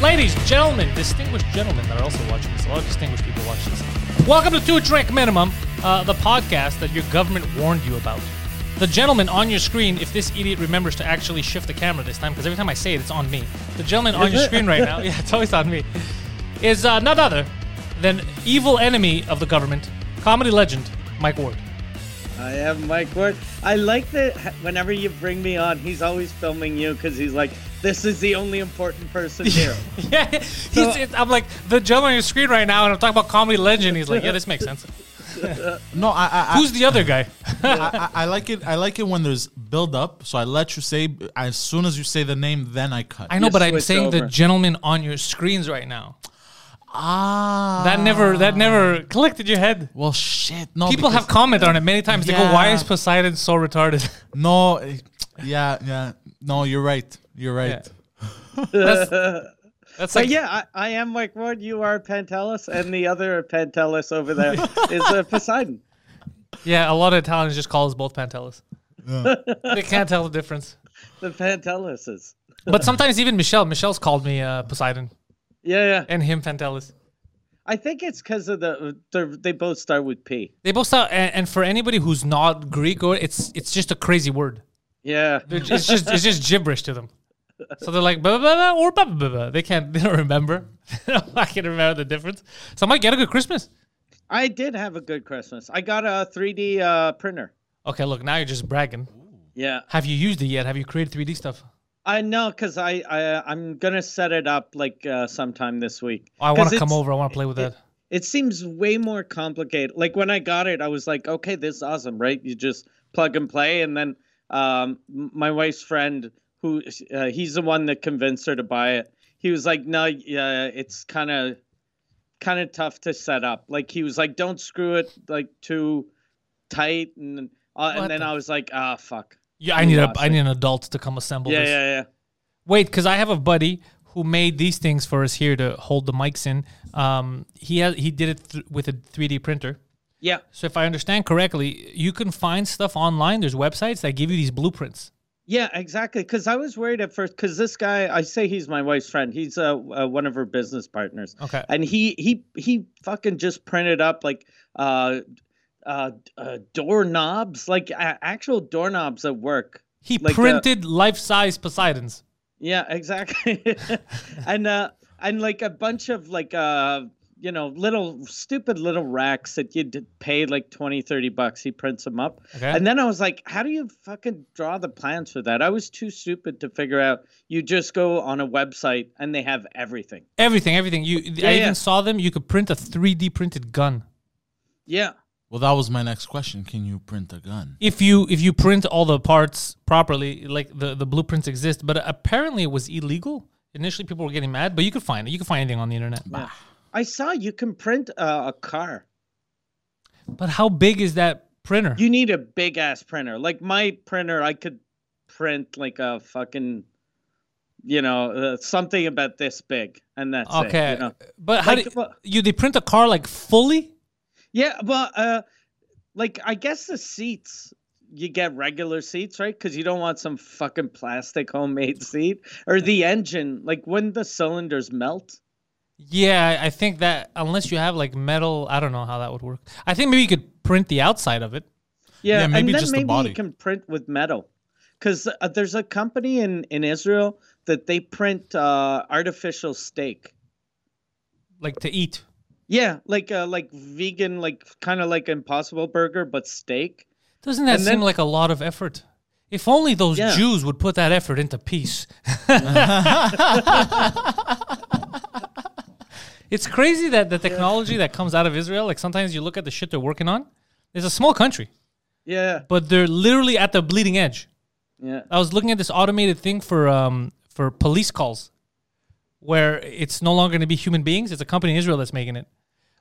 Ladies, gentlemen, distinguished gentlemen that are also watching this, a lot of distinguished people watch this. Welcome to Two Drink Minimum, uh, the podcast that your government warned you about. The gentleman on your screen, if this idiot remembers to actually shift the camera this time, because every time I say it, it's on me. The gentleman on your screen right now, yeah, it's always on me, is uh, none other than evil enemy of the government, comedy legend, Mike Ward. I am Mike Ward. I like that whenever you bring me on, he's always filming you because he's like, this is the only important person here. Yeah, he's, it's- I'm like the gentleman on your screen right now, and I'm talking about comedy legend. He's like, yeah, this makes sense. No, I I, I, Who's the other guy? I I like it. I like it when there's build up. So I let you say as soon as you say the name, then I cut. I know, You but I'm switched saying the over. gentleman on your screens right now. ah, That never, that never clicked in your head. Well, shit. No, People have because- commented on it many times. They go, "Why Yeah. is Poseidon so retarded?" no. eh, Yeah, yeah. No, you're right. You're right. That's But like, yeah, I, I am Mike Ward. You are Pantelis, and the other Pantelis over there is uh, Poseidon. yeah, a lot of Italians just call us both Pantelis. they can't tell the difference. The Pantelises. But sometimes even Michelle, Michelle's called me uh, Poseidon Yeah, yeah. and him Pantelis. I think it's because of the they're- they both start with P. They both sound, and, and for anybody who's not Greek or it's it's just a crazy word. Yeah, It's it's just it's just gibberish to them. So they're like blah blah blah blah, or blah blah blah. blah. They can't they don't remember. I can remember the difference. So I might get a good Christmas. I did have a good Christmas. I got a 3D uh, printer. Okay, look now you're just bragging. Yeah, Have you used it yet? Have you created 3D stuff? I know because I, I I'm gonna set it up like uh, sometime this week. Oh, I want 'Cause to come it's- over. I want to play with that. It seems way more complicated. Like when I got it, I was like, okay, this is awesome, right? You just plug and play. And then um, m- my wife's friend, who uh, he's the one that convinced her to buy it, he was like, no, yeah, it's kind of kind of tough to set up. Like he was like, don't screw it like too tight. And uh, What and then the- I was like, ah, fuck. Yeah, I need a lost I it. need an adult to come assemble Yeah, this. yeah, yeah. Wait, because I have a buddy who made these things for us here to hold the mics in. Um, he has, he did it th- with a 3D printer. Yeah. So if I understand correctly, you can find stuff online. There's websites that give you these blueprints. Yeah, exactly. Because I was worried at first. Because this guy, I say he's my wife's friend. He's uh, uh, one of her business partners. Okay. And he he he fucking just printed up like uh, uh, uh doorknobs, like a- actual doorknobs at work. He Like, uh, printed life-size Poseidons. Yeah, exactly. and uh, and like a bunch of like uh, you know, little stupid little racks that you'd pay like 20, 30 bucks. He prints them up. Okay. And then I was like, how do you fucking draw the plans for that? I was too stupid to figure out. You just go on a website and they have everything. everything, everything. You, I yeah. even saw them. You could print a 3D printed gun. Yeah. Well, that was my next question. Can you print a gun? If you if you print all the parts properly, like the the blueprints exist. But apparently, it was illegal. Initially, people were getting mad, but you could find it. You could find anything on the internet. I saw you can print uh, a car. But how big is that printer? You need a big ass printer. Like my printer, I could print like a fucking, you know, uh, something about this big. And that's it, you okay, know? but how Like, do what- you they print a car like fully? Yeah, well, uh, like I guess the seats you get regular seats, right? Because you don't want some fucking plastic homemade seat or the engine. Like when the cylinders melt. Yeah, I think that unless you have like metal, I don't know how that would work. I think maybe you could print the outside of it. Yeah, Yeah, and maybe then just the maybe body. you can print with metal, because uh, there's a company in in Israel that they print uh, artificial steak. like to eat. Yeah, like uh, like vegan, like kind of like Impossible Burger, but steak. Doesn't that And seem then- like a lot of effort? If only those Yeah. Jews would put that effort into peace. it's crazy that the technology that comes out of Israel, like sometimes you look at the shit they're working on, it's a small country, Yeah, but they're literally at the bleeding edge. yeah. I was looking at this automated thing for um, for police calls, where it's no longer going to be human beings. It's a company in Israel that's making it,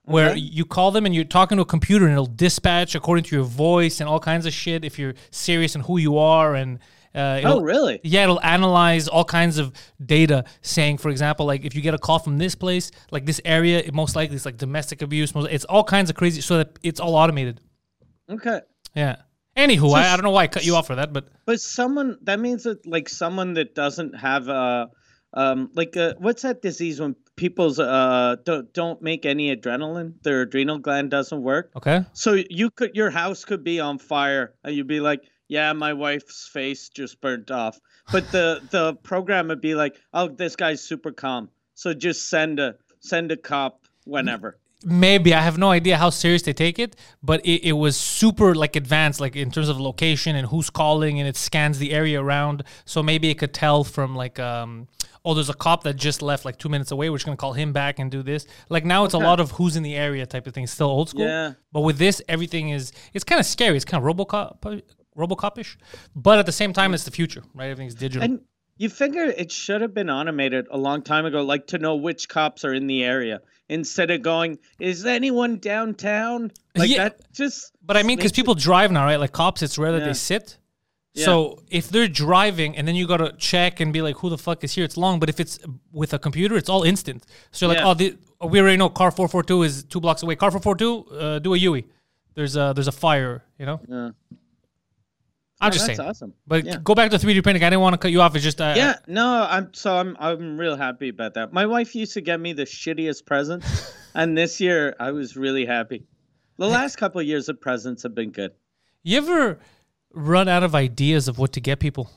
where Okay. you call them and you're talking to a computer and it'll dispatch according to your voice and all kinds of shit if you're serious and who you are and. Uh, Oh, it'll- really? Yeah, it'll analyze all kinds of data, saying, for example, like if you get a call from this place, like this area, it most likely it's like domestic abuse. Most, it's all kinds of crazy, so that it's all automated. Okay. Yeah. Anywho, I, I don't know why I cut you off for that, but But someone that means that like someone that doesn't have a um, like uh, what's that disease when people's uh don't don't make any adrenaline? Their adrenal gland doesn't work. Okay. So you could your house could be on fire and you'd be like, yeah, my wife's face just burnt off. But the the program would be like, oh, this guy's super calm. So just send a send a cop whenever. Mm-hmm. maybe I have no idea how serious they take it, but it, it was super like advanced, like in terms of location and who's calling, and it scans the area around. So maybe it could tell from like, um, oh, there's a cop that just left like two minutes away. We're just gonna call him back and do this. Like now, it's a lot of who's in the area type of thing. Still old school, Yeah. but with this, everything is it's kind of scary. It's kind of RoboCop, uh, RoboCop-ish, but at the same time, it's the future, right? Everything's digital. And you figure it should have been automated a long time ago, like to know which cops are in the area instead of going, is anyone downtown? Like Yeah. that just. But I mean, because sneaks- people drive now, right? Like cops, it's rare that Yeah. they sit. So if they're driving and then you gotta check and be like, who the fuck is here? It's long. But if it's with a computer, it's all instant. So you're like, Yeah. oh, the, oh, we already know car four four two is two blocks away. Car four four two, uh, do a Yui. There's a there's a fire. You know. Yeah. I'm Oh, just that's saying. awesome. But Yeah. go back to 3D printing. I didn't want to cut you off. It's just uh, Yeah, no, I'm so I'm I'm real happy about that. My wife used to get me the shittiest presents, and this year I was really happy. The last couple of years of presents have been good. You ever run out of ideas of what to get people?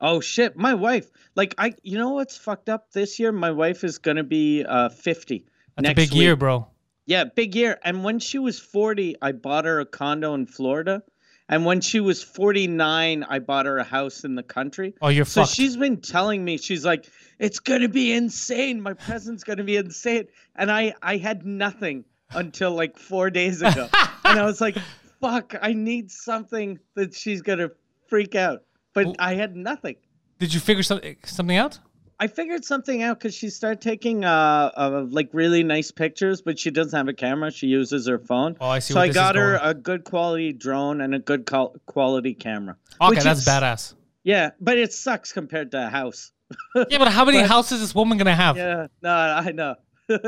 Oh shit, my wife. Like I, you know what's fucked up this year? My wife is gonna be uh 50 That's next a big week. year, bro. Yeah, big year. And when she was 40, I bought her a condo in Florida. And when she was 49, I bought her a house in the country. Oh, you're so fucked. she's been telling me, she's like, it's going to be insane. My present's going to be insane. And I, I had nothing until like four days ago. and I was like, fuck, I need something that she's going to freak out. But I had nothing. Did you figure something something out? I figured something out because she started taking uh, uh like really nice pictures, but she doesn't have a camera. She uses her phone. Oh, I see So where I this is got her going. a good quality drone and a good col- quality camera. Okay, which that's is- badass. Yeah, but it sucks compared to a house. Yeah, but how many houses is this woman gonna have? Yeah, no, I know.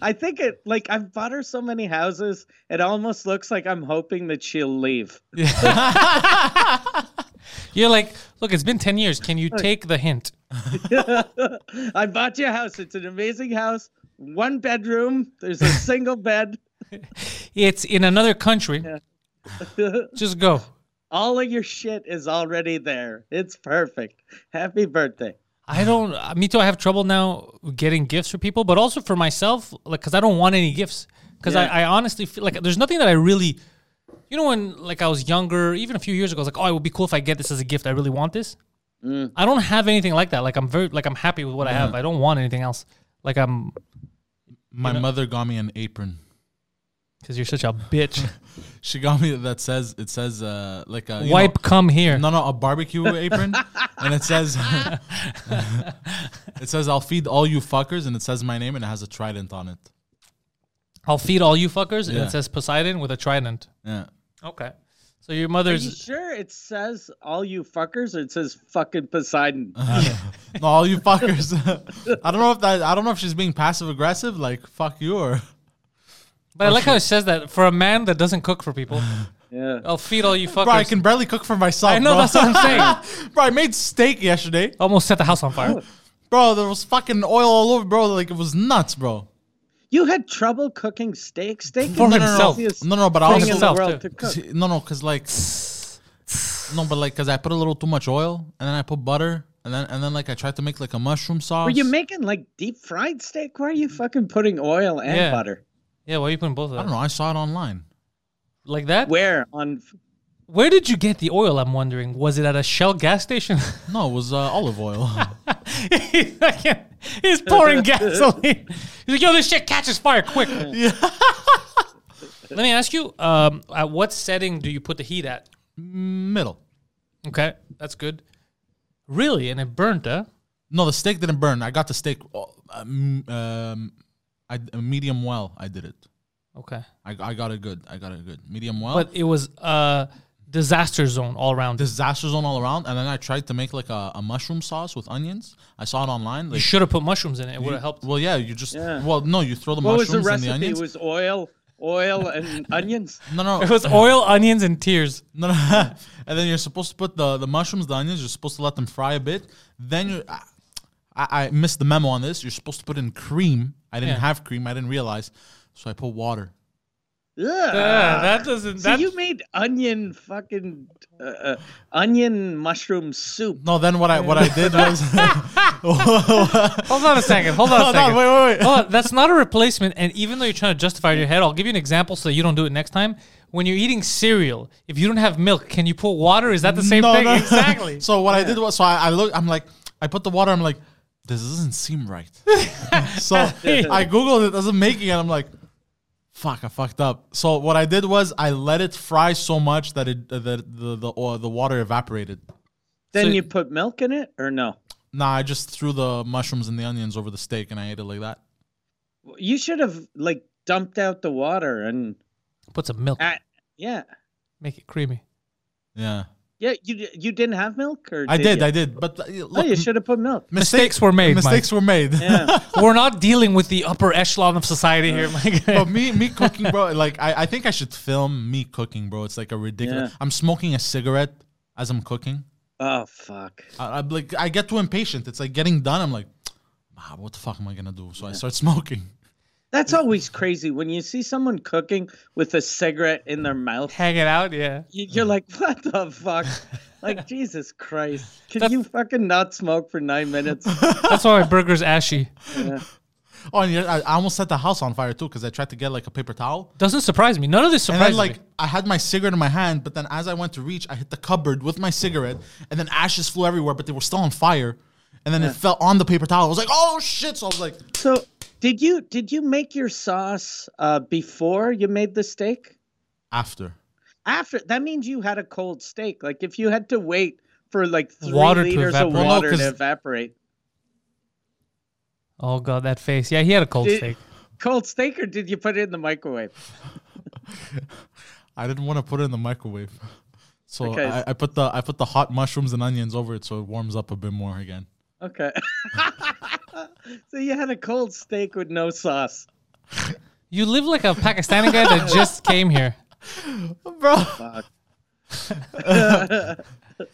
I think it like I've bought her so many houses, it almost looks like I'm hoping that she'll leave. You're like, look, it's been 10 years. Can you take the hint? I bought you a house. It's an amazing house. One bedroom. There's a single bed. It's in another country. Just go. All of your shit is already there. It's perfect. Happy birthday. I don't, uh, me too. I have trouble now getting gifts for people, but also for myself, like, because I don't want any gifts. Because Yeah. I, I honestly feel like there's nothing that I really, you know, when like I was younger, even a few years ago, I was like, oh, it would be cool if I get this as a gift. I really want this. I don't have anything like that. Like, I'm very, like, I'm happy with what I have. I don't want anything else. Like, I'm, My mother got me an apron. because you're such a bitch. She got me that says it says uh like a you know- Wipe, come here. no no a barbecue apron, and it says it says I'll feed all you fuckers, and it says my name, and it has a trident on it. I'll feed all you fuckers, and Yeah. it says Poseidon with a trident. Yeah. Okay. So your Are you mother's sure it says all you fuckers or it says fucking Poseidon? Uh-huh. No, all you fuckers. I don't know if that. I don't know if she's being passive aggressive, like fuck you, or But I like Oh, how it says that for a man that doesn't cook for people. Yeah. I'll feed all you fuckers. bro. I can barely cook for myself. I know bro. that's what I'm saying. bro, I made steak yesterday, Almost set the house on fire. bro. There was fucking oil all over, bro. Like it was nuts, bro. You had trouble cooking steak? Steak For is the himself. easiest No, no, but thing I in the himself, world too. to cook. See, No, no, cause like, no, but like, cause I put a little too much oil, and then I put butter, and then and then like I tried to make like a mushroom sauce. Were you making like deep fried steak? Why are Mm-hmm. you fucking putting oil and Yeah. butter? Yeah, why are you putting both of I don't them? know. I saw it online. Like that? Where? Where on? did you get the oil, I'm wondering? Was it at a Shell gas station? No, it was uh, olive oil. He's pouring gasoline. He's like, yo, this shit catches fire quick. Let me ask you, um, at what setting do you put the heat at? Middle. Okay, that's good. Really? And it burnt, huh? No, the steak didn't burn. I got the steak. oh, Um, um, I medium well. I did it. Okay. I, I got it good. I got it good. Medium well. But it was a disaster zone all around. disaster zone all around. And then I tried to make like a, a mushroom sauce with onions. I saw it online. you Like, should have put mushrooms in it. It would have helped. well, yeah, you just Yeah. well, no, you throw the What was the mushrooms and recipe? the It onions. was oil, oil and onions. no, no, It was oil, onions, and tears. No, no. and then you're supposed to put the, the mushrooms, the onions. You're supposed to let them fry a bit. Then you, I, I, I missed the memo on this. You're supposed to put in cream. I didn't Yeah. have cream. I didn't realize. So I put water. Ugh. Uh, that doesn't. so That you made onion fucking uh, uh, onion mushroom soup. No, then what I what I did was hold on a second. Hold on a Hold second. Oh. on, wait, wait, wait. Hold on, that's not a replacement. And even though you're trying to justify it in your head, I'll give you an example so that you don't do it next time. When you're eating cereal, if you don't have milk, can you put water? Is that the same thing? Exactly. so what I did was so I, I look. I'm like, I put the water. I'm like, this doesn't seem right. so I googled it. Doesn't make it. And I'm like, fuck, I fucked up. So what I did was I let it fry so much that it that the the or the water evaporated. Then so- you put milk in it or no? Nah, I just threw the mushrooms and the onions over the steak and I ate it like that. You should have like dumped out the water and Put some milk. at, yeah. Make it creamy. Yeah, Yeah, you di- you didn't have milk or I did, You? I did. But uh, Oh, look, you should have put milk. Mistakes were made, Mistakes were made. Yeah. We're not dealing with the upper echelon of society here, Mike. but me me cooking, bro. Like I, I think I should film me cooking, bro. It's like a ridiculous. Yeah. I'm smoking a cigarette as I'm cooking. oh fuck. I, I'm like I get too impatient. It's like getting done. I'm like, ah, what the fuck am I gonna do? So I start smoking. That's always crazy when you see someone cooking with a cigarette in their mouth. Hang it out, yeah. you- You're like, what the fuck? Like Jesus Christ! Can That's- you fucking not smoke for nine minutes? That's why my burger's ashy. Oh, and yeah, I I almost set the house on fire too because I tried to get like a paper towel. Doesn't surprise me. None of this And then surprises like me. I had my cigarette in my hand, but then as I went to reach, I hit the cupboard with my cigarette, and then ashes flew everywhere, but they were still on fire. And then it fell on the paper towel. I was like, oh shit! So I was like, So, did you did you make your sauce uh, before you made the steak? after. After that means you had a cold steak. Like if you had to wait for like three Water to liters of evaporate. Well, no, water 'cause- to evaporate. Oh god, that face. Yeah, he had a cold Did- steak. Cold steak, or did you put it in the microwave? I didn't want to put it in the microwave. So Okay. I, I put the I put the hot mushrooms and onions over it so it warms up a bit more again. Okay. so you had a cold steak with no sauce. You live like a Pakistani guy that just came here. Bro.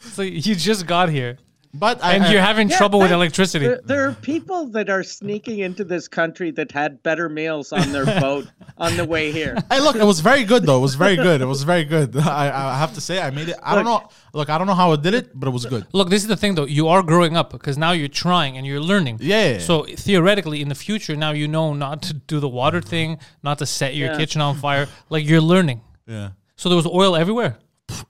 So you just got here, But I, and I- you're having Yeah, trouble with that- electricity. Uh, There, there are people that are sneaking into this country that had better meals on their boat on the way here. Hey, look, it was very good though. It was very good. It was very good. I, I have to say I made it. I don't know. Look, I don't know how it did it, but it was good. Look, this is the thing though. You are growing up because now you're trying and you're learning. Yeah. So theoretically, in the future, now you know not to do the water thing, not to set your Yeah. kitchen on fire. Like you're learning. Yeah. So there was oil everywhere.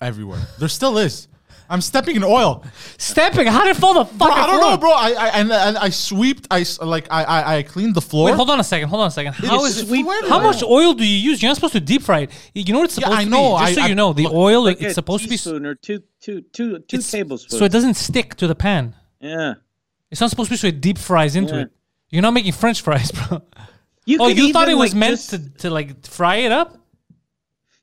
Everywhere. There still is. I'm stepping in oil. Stepping. How did it fall the fuck? I don't know, bro. I, I and, and I sweeped. I s- like I I, I cleaned the floor. Wait, hold on a second. Hold on a second. How it's is sweet it, How oil. much oil do you use? You're not supposed to deep fry it. You know what it's Yeah, supposed I to know. be. Just so I- you I- know, the look, oil Like it's a supposed to be. teaspoon or two, two, two, two it's- tablespoons. So it doesn't stick to the pan. yeah. It's not supposed to be so it deep fries into Yeah. it. You're not making French fries, bro. You oh, could you thought it even, was like, meant just- to, to like fry it up?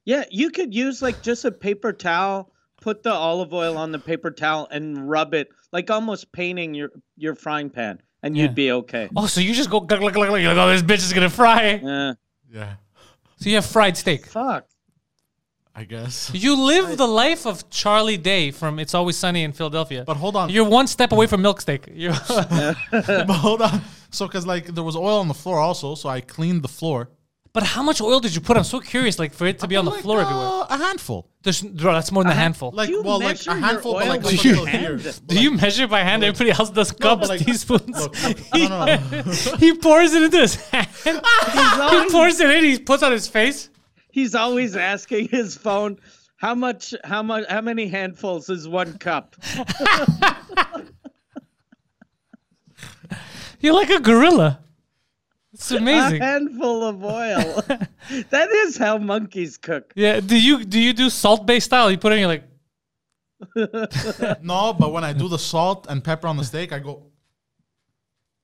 Yeah, you could use like just a paper towel, put the olive oil on the paper towel, and rub it like almost painting your your frying pan, and Yeah. you'd be okay. Oh, so you just go glug, glug, glug, glug. You're like, oh, this bitch is gonna fry. Yeah. Yeah. So you have fried steak. Fuck. I guess. You live the life of Charlie Day from It's Always Sunny in Philadelphia. But hold on. You're one step away from milk steak. You're but hold on. So, cause like there was oil on the floor also, so I cleaned the floor. but how much oil did you put? I'm so curious, like for it to be on the Like, floor uh, everywhere. A handful. There's, bro, that's more than a handful. Like You well, like measure a your handful, but oil like with up your until hand? here. Do you measure by hand? Everybody else does cups, like- teaspoons. Look, I don't know. he pours it into his hand. he always- pours it in. He puts on his face. He's always asking his phone, how much, how much, how many handfuls is one cup? You're like a gorilla. It's amazing. A handful of oil. that is how monkeys cook. Yeah. Do you do you do salt based style? You put it in. You're like, no, but when I do the salt and pepper on the steak, I go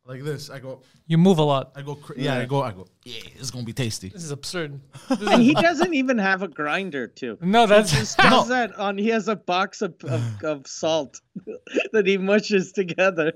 like this. I go, you move a lot. I go. Cr- yeah, I go. I go. Yeah, it's gonna be tasty. This is absurd. And he doesn't even have a grinder too. No, that's Just does that on. He has a box of, of, of salt that he mushes together.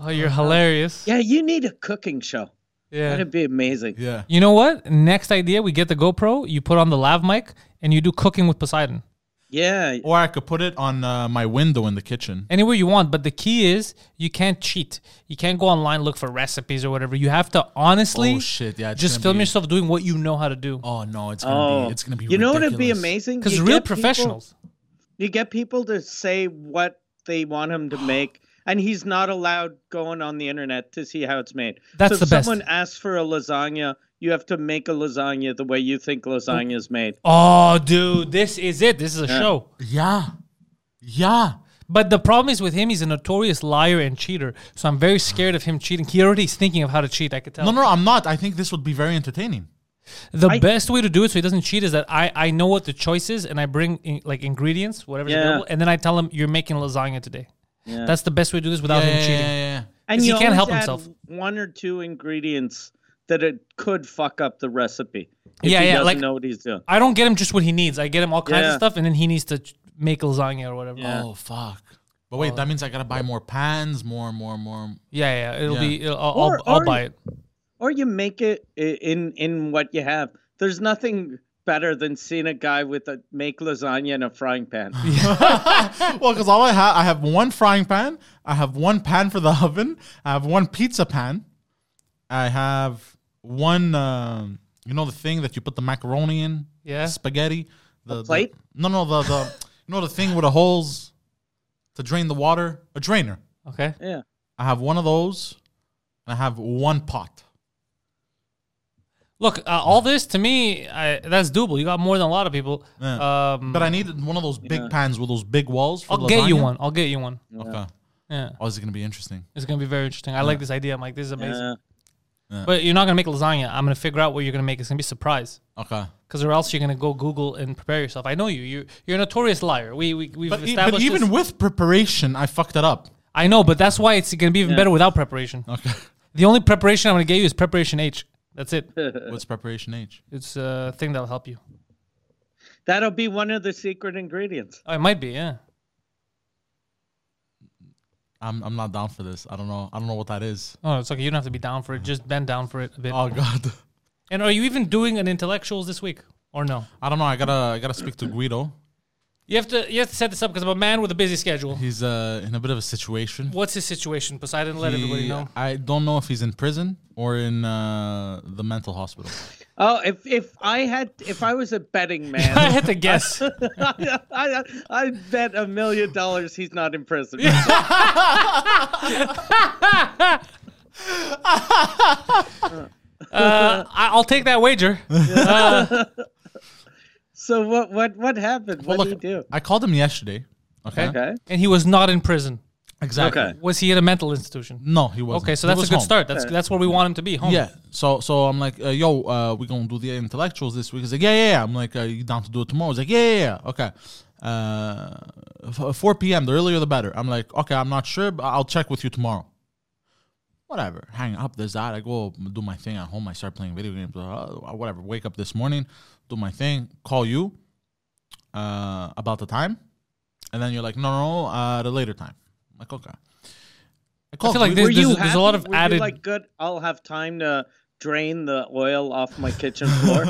oh, you're hilarious. Yeah, you need a cooking show. Yeah. That'd be amazing. Yeah. You know what? Next idea, we get the GoPro. You put on the lav mic, and you do cooking with Poseidon. Yeah. or I could put it on uh, my window in the kitchen. anywhere you want. But the key is you can't cheat. You can't go online look for recipes or whatever. You have to honestly. Oh, shit, yeah, it's Just gonna film be- yourself doing what you know how to do. Oh no, it's gonna Oh, be it's gonna be. You know what'd be ridiculous. amazing? Because You real get people- professionals. you get people to say what they want him to make, and he's not allowed going on the internet to see how it's made. That's so if the best. someone asks for a lasagna, you have to make a lasagna the way you think lasagna is made. Oh, dude, this is it. This is a show. Yeah, yeah. But the problem is with him, he's a notorious liar and cheater. So I'm very scared of him cheating. He already is thinking of how to cheat. I could tell. No, no, I'm not. I think this would be very entertaining. The I- best way to do it so he doesn't cheat is that I, I know what the choice is and I bring in, like ingredients, whatever's Yeah. available, and then I tell him you're making lasagna today. That's the best way to do this without him cheating. yeah, And 'Cause he you can't always help add himself. One or two ingredients that it could fuck up the recipe. If Yeah, he yeah, Doesn't like- know what he's doing. I don't get him just what he needs. I get him all kinds of Yeah. stuff, and then he needs to ch- make lasagna or whatever. Yeah. Yeah, Oh fuck. Oh. But wait, that means I gotta buy more pans, more, more, more. yeah, yeah. it'll Yeah. be. It'll, I'll, Or- I'll, I'll or- buy it. Or you make it i- in in what you have. There's nothing better than seeing a guy with a make lasagna in a frying pan. well, because all I have, I have one frying pan, I have one pan for the oven, I have one pizza pan, I have one, um, you know, the thing that you put the macaroni in, Yeah. spaghetti, the the- plate? no, no, the the you know the thing with the holes to drain the water, a drainer. Okay. yeah. I have one of those, and I have one pot. Look, uh, all this to me, I, that's doable. You got more than a lot of people. Yeah. Um, But I needed one of those big pans with those big walls. For I'll get you lasagna. one. I'll get you one. Okay. Yeah, Oh, is it gonna be interesting? it's gonna be very interesting. I like this idea. I'm like, this is amazing. Yeah. uh, But you're not gonna make lasagna. I'm gonna figure out what you're gonna make. It's gonna be a surprise. Okay. Because or else you're gonna go Google and prepare yourself. I know you. You you're a notorious liar. We we we've But, e- established. but even this. with preparation, I fucked it up. I know, but that's why it's gonna be even better without preparation. Okay. The only preparation I'm gonna get you is preparation H. That's it. What's preparation age? It's a thing that'll help you. That'll be one of the secret ingredients. Oh, it might be, yeah. I'm I'm not down for this. I don't know. I don't know what that is. Oh, it's okay. You don't have to be down for it. Just bend down for it a bit. Oh god. and are you even doing an intellectuals this week or no? I don't know. I gotta I gotta speak to Guido. You have to you have to set this up because I'm a man with a busy schedule. He's uh in a bit of a situation. What's his situation? Poseidon, let everybody He- know. I don't know if he's in prison or in uh the mental hospital. Oh, if if I had if I was a betting I man, had to guess. I, I, I bet a million dollars he's not in prison. Uh, I, I'll take that wager. So what what what happened? What Well, did he do? I called him yesterday. Okay. Okay. And he was not in prison. Exactly. Okay. Was he at a mental institution? No, he wasn't. Okay, so He that's a was good home. start. That's that's where we want him to be. Home. Yeah. So so I'm like, uh, yo, uh, we're gonna do the intellectuals this week. He's like, yeah, yeah, yeah. I'm like, uh, you down to do it tomorrow? He's like, yeah, yeah, yeah. Okay. Uh, f- 4 p.m. The earlier the better. I'm like, okay, I'm not sure, but I'll check with you tomorrow. Whatever. Hang up. There's that. I go do my thing at home. I start playing video games. Uh, whatever. Wake up this morning, do my thing. Call you uh, about the time, and then you're like, no, no, no uh, at a later time. I'm like, okay. I, call feel like Guido. There's- Were you there's- there's a lot happy? of Were you added- like good. I'll have time to drain the oil off my kitchen floor.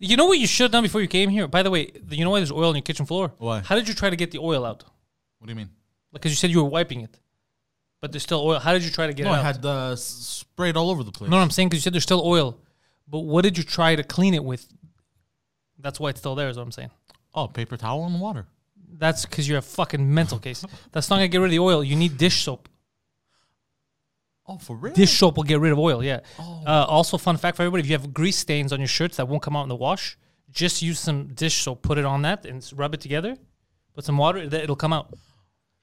You know what you should have done before you came here? By the way, th- you know why there's oil on your kitchen floor? Why? How did you try to get the oil out? What do you mean? Because you said you were wiping it, but there's still oil. How did you try to get No, it I out? had uh, s- sprayed all over the place. no, no, I'm saying because you said there's still oil, but what did you try to clean it with? That's why it's still there. Is what I'm saying. Oh, paper towel and water. That's because you're a fucking mental case. That's not gonna get rid of the oil. You need dish soap. Oh, for real? Dish soap will get rid of oil. Yeah. Uh, also, fun fact for everybody: if you have grease stains on your shirts that won't come out in the wash, just use some dish soap. Put it on that and s- rub it together. Put some water. th- It'll come out.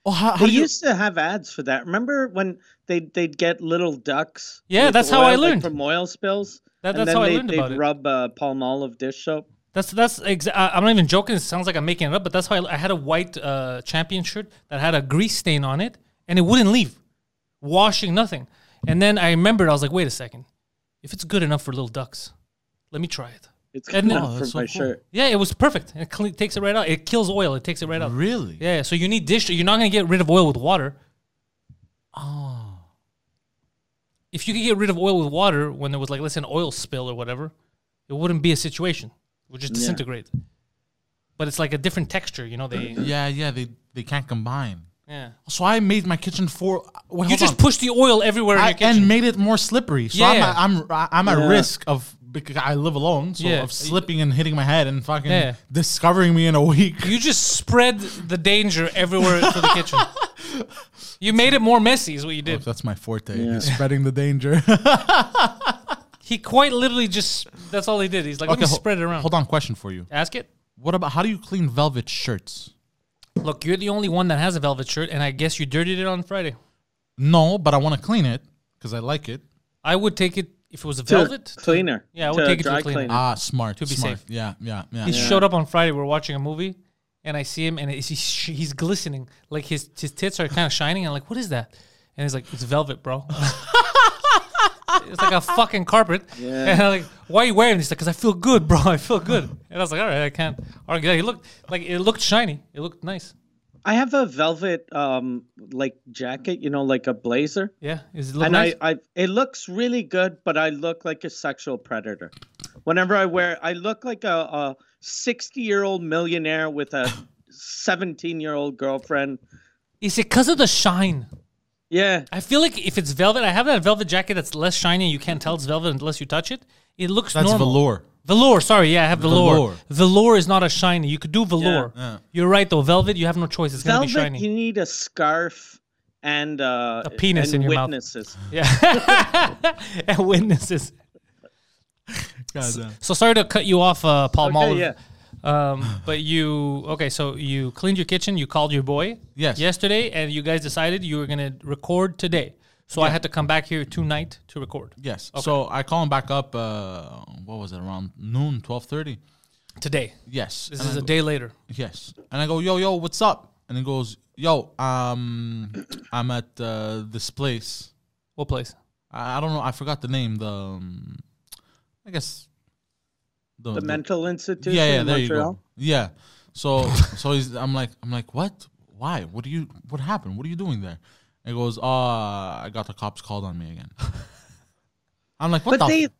Oh, how, how They do you? used to have ads for that. Remember when they they'd get little ducks? Yeah, with that's how oil, I like, learned. from oil spills. That- And that's then how I they- learned they'd about it. Rub uh, palm olive dish soap. That's that's exa- I- I'm not even joking. It sounds like I'm making it up, but that's why I, I had a white uh, champion shirt that had a grease stain on it, and it wouldn't leave, washing nothing. And then I remembered, I was like, wait a second, if it's good enough for little ducks, let me try it. It's And coming then- out Oh, from that's so my cool. shirt. Yeah, it was perfect. It cle- takes it right out. It kills oil. It takes it right out. Really? Yeah, so you need dish. You're not gonna get rid of oil with water. Oh, If you could get rid of oil with water when there was like let's say an oil spill or whatever, it wouldn't be a situation. It would just disintegrate. but it's like a different texture. You know, they Yeah, yeah, they they can't combine. yeah. So I made my kitchen for. Well, You hold just on. push the oil everywhere in I, your kitchen. and made it more slippery. So Yeah. I'm at, I'm I'm at Yeah. risk of because I live alone, so Yeah. of slipping and hitting my head and fucking Yeah. discovering me in a week. You just spread the danger everywhere to the kitchen. You made it more messy, is what you did. That's my forte, spreading the danger. He quite literally just, that's all he did. He's like, let me ho- spread it around. Hold on, question for you. Ask it. What about how do you clean velvet shirts? Look, you're the only one that has a velvet shirt, and I guess you dirtied it on Friday. No, but I want to clean it because I like it. I would take it if it was a To velvet. cleaner. Yeah, we'll take it to dry cleaner. Ah, smart. To be smart. safe. Yeah, yeah, yeah. He showed up on Friday. We are watching a movie, and I see him, and he's, he's- he's glistening. Like his his tits are kind of shining. I'm like, what is that? And he's like, it's velvet, bro. it's like a fucking carpet. And I'm like, why are you wearing this? Like, cause I feel good, bro. I feel good. And I was like, all right, I can't argue. that. He looked like it looked shiny. It looked nice. I have a velvet um like jacket, you know, like a blazer. Yeah, is it look and Oh, nice? I, I it looks really good but i look like a sexual predator whenever i wear i look like a 60 year old millionaire with a 17 year old girlfriend is it cause of the shine? yeah I feel like if it's velvet, I have that velvet jacket that's less shiny. and You can't tell it's velvet unless you touch it. It looks That's normal. velour. Velour, sorry, yeah, I have velour. Velour. Velour, is not a shiny. You could do velour. You're right though. Velvet, you have no choice. It's gonna be velvet shiny. you need a scarf and uh A penis and in your mouth. witnesses yeah. and witnesses. So sorry to cut you off, uh, Paul Okay, Mall. yeah. Um, but you okay? So you cleaned your kitchen. You called your boy. Yes. Yesterday, and you guys decided you were gonna record today. So I had to come back here tonight to record Yes. So I call him back up. Uh, what was it? Around noon, twelve thirty. today. Yes. This And is I a go- day later. Yes. And I go, yo, yo, what's up? And he goes, yo, um, I'm at uh, this place. What place? I, I don't know. I forgot the name. The, um, I guess, the mental institution Yeah, yeah. in There you Montreal. go. Yeah. So, so he's, I'm like, I'm like, what? Why? What do you? What happened? What are you doing there? And he goes, uh, I got the cops called on me again. I'm like, what but the? they f-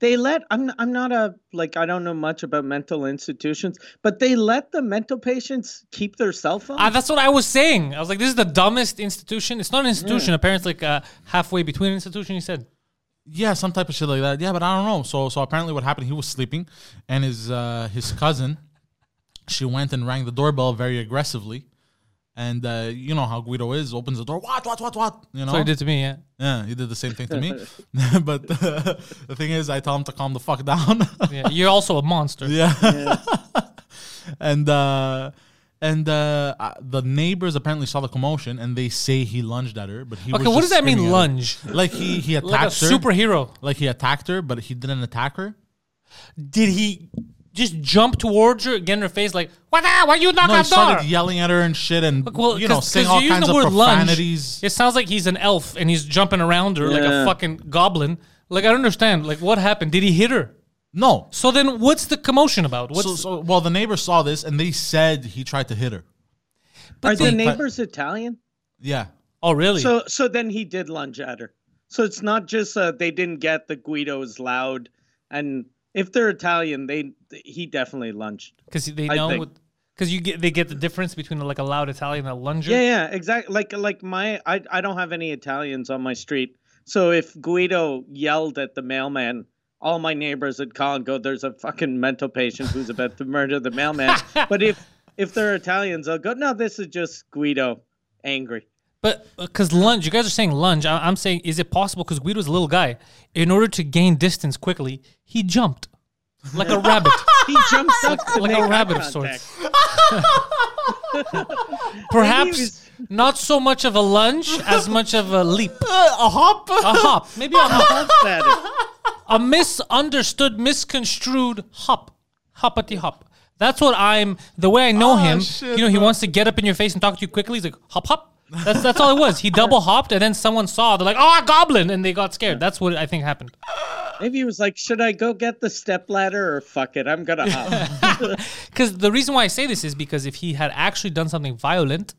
they let I'm I'm not a like I don't know much about mental institutions, but they let the mental patients keep their cell phones. Ah, that's what I was saying. I was like, this is the dumbest institution. It's not an institution. Apparently, it's like uh, halfway between institution. You said. yeah, some type of shit like that. Yeah, but I don't know. So, so apparently, what happened? He was sleeping, and his uh, his cousin, she went and rang the doorbell very aggressively, and uh, you know how Guido is, opens the door, what, what, what, what, you know. So he did to me, yeah. Yeah, he did the same thing to me. but the thing is, I tell him to calm the fuck down. yeah. You're also a monster. Yeah. and uh, and uh, uh, the neighbors apparently saw the commotion and they say he lunged at her, but he Okay, was what does just that mean, screaming at her. lunge? Like he he attacked Like a her. superhero. like he attacked her, but he didn't attack her. Did he just jump towards her, get in her face, like, what the hell? Why you knock No, on he door? started yelling at her and shit, and Well, you know, cause- saying 'cause all you use kinds the of word lunge, profanities. It sounds like he's an elf and he's jumping around her like a Yeah. fucking goblin. Like, I don't understand. Like, what happened? Did he hit her? No, So then what's the commotion about? What's so, so well, the neighbors saw this and they said he tried to hit her. Are the they- neighbors Italian? Yeah, Oh, really? So so then he did lunge at her. So it's not just uh, they didn't get the Guido is loud, and if they're Italian, they he definitely lunged. Because they I know think. what... Because you get, they get the difference between like a loud Italian and a lunger. Yeah, yeah, exactly. Like like my I I don't have any Italians on my street, so if Guido yelled at the mailman. All my neighbors would call and go, "There's a fucking mental patient who's about to murder the mailman." but if if they're Italians, they'll go, "No, this is just Guido, angry." But because lunge, you guys are saying lunge. I, I'm saying, is it possible? Because Guido's a little guy. In order to gain distance quickly, he jumped like a rabbit, He jumps up to like make a eye rabbit of contact. sorts. Perhaps was- not so much of a lunge as much of a leap, a a hop. hop, maybe a hop, Jumps at it. a misunderstood, misconstrued hop, hoppity hop. That's what I'm. The way I know Oh, him, shit, you know, he bro. wants to get up in your face and talk to you quickly. He's like hop hop. That's that's all it was. He double hopped, and then someone saw. They're like, "Oh, a goblin!" and they got scared. That's what I think happened. Maybe he was like, "Should I go get the stepladder or fuck it? I'm gonna hop." Because the reason why I say this is because if he had actually done something violent,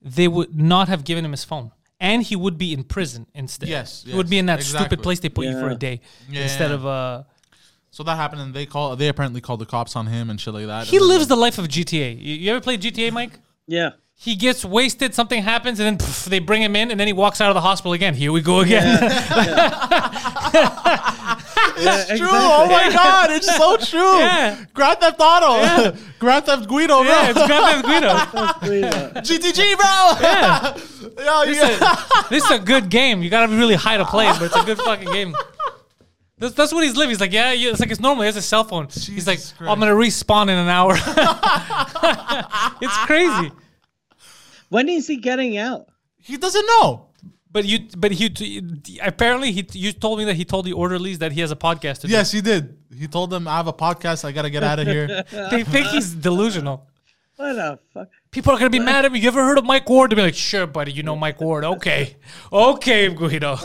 they would not have given him his phone, and he would be in prison instead. Yes, he would be in that yes, exactly. stupid place they put you for a day Yeah. instead of uh. So that happened, and they call they apparently called the cops on him and shit like that. He and then, lives the life of GTA. You, you ever played GTA, Mike? Yeah. He gets wasted, something happens, and then pff, they bring him in, and then he walks out of the hospital again. Here we go again. It's True. Oh my god, it's so true. Yeah. Grand Theft Auto. Grand Theft Guido. yeah, bro. it's Grand Theft Guido. GTG, bro. Yeah. Yo, you This is, a, this is a good game. You gotta be really high to play it, but it's a good fucking game. That's, that's what he's living. He's like, yeah, yeah. It's like it's normal. He has a cell phone. he's Jesus like, "Oh, Christ. I'm gonna respawn in an hour. it's crazy. When is he getting out? he doesn't know. But you, but he t- apparently he. You told me that he told the orderlies that he has a podcast. To do. Yes, he did. He told them, "I have a podcast. I gotta get out of here." they think he's delusional. What a fuck. People are gonna be mad at me. You ever heard of Mike Ward? They'll be like, sure, buddy, you know Mike Ward. Okay, okay, Guido.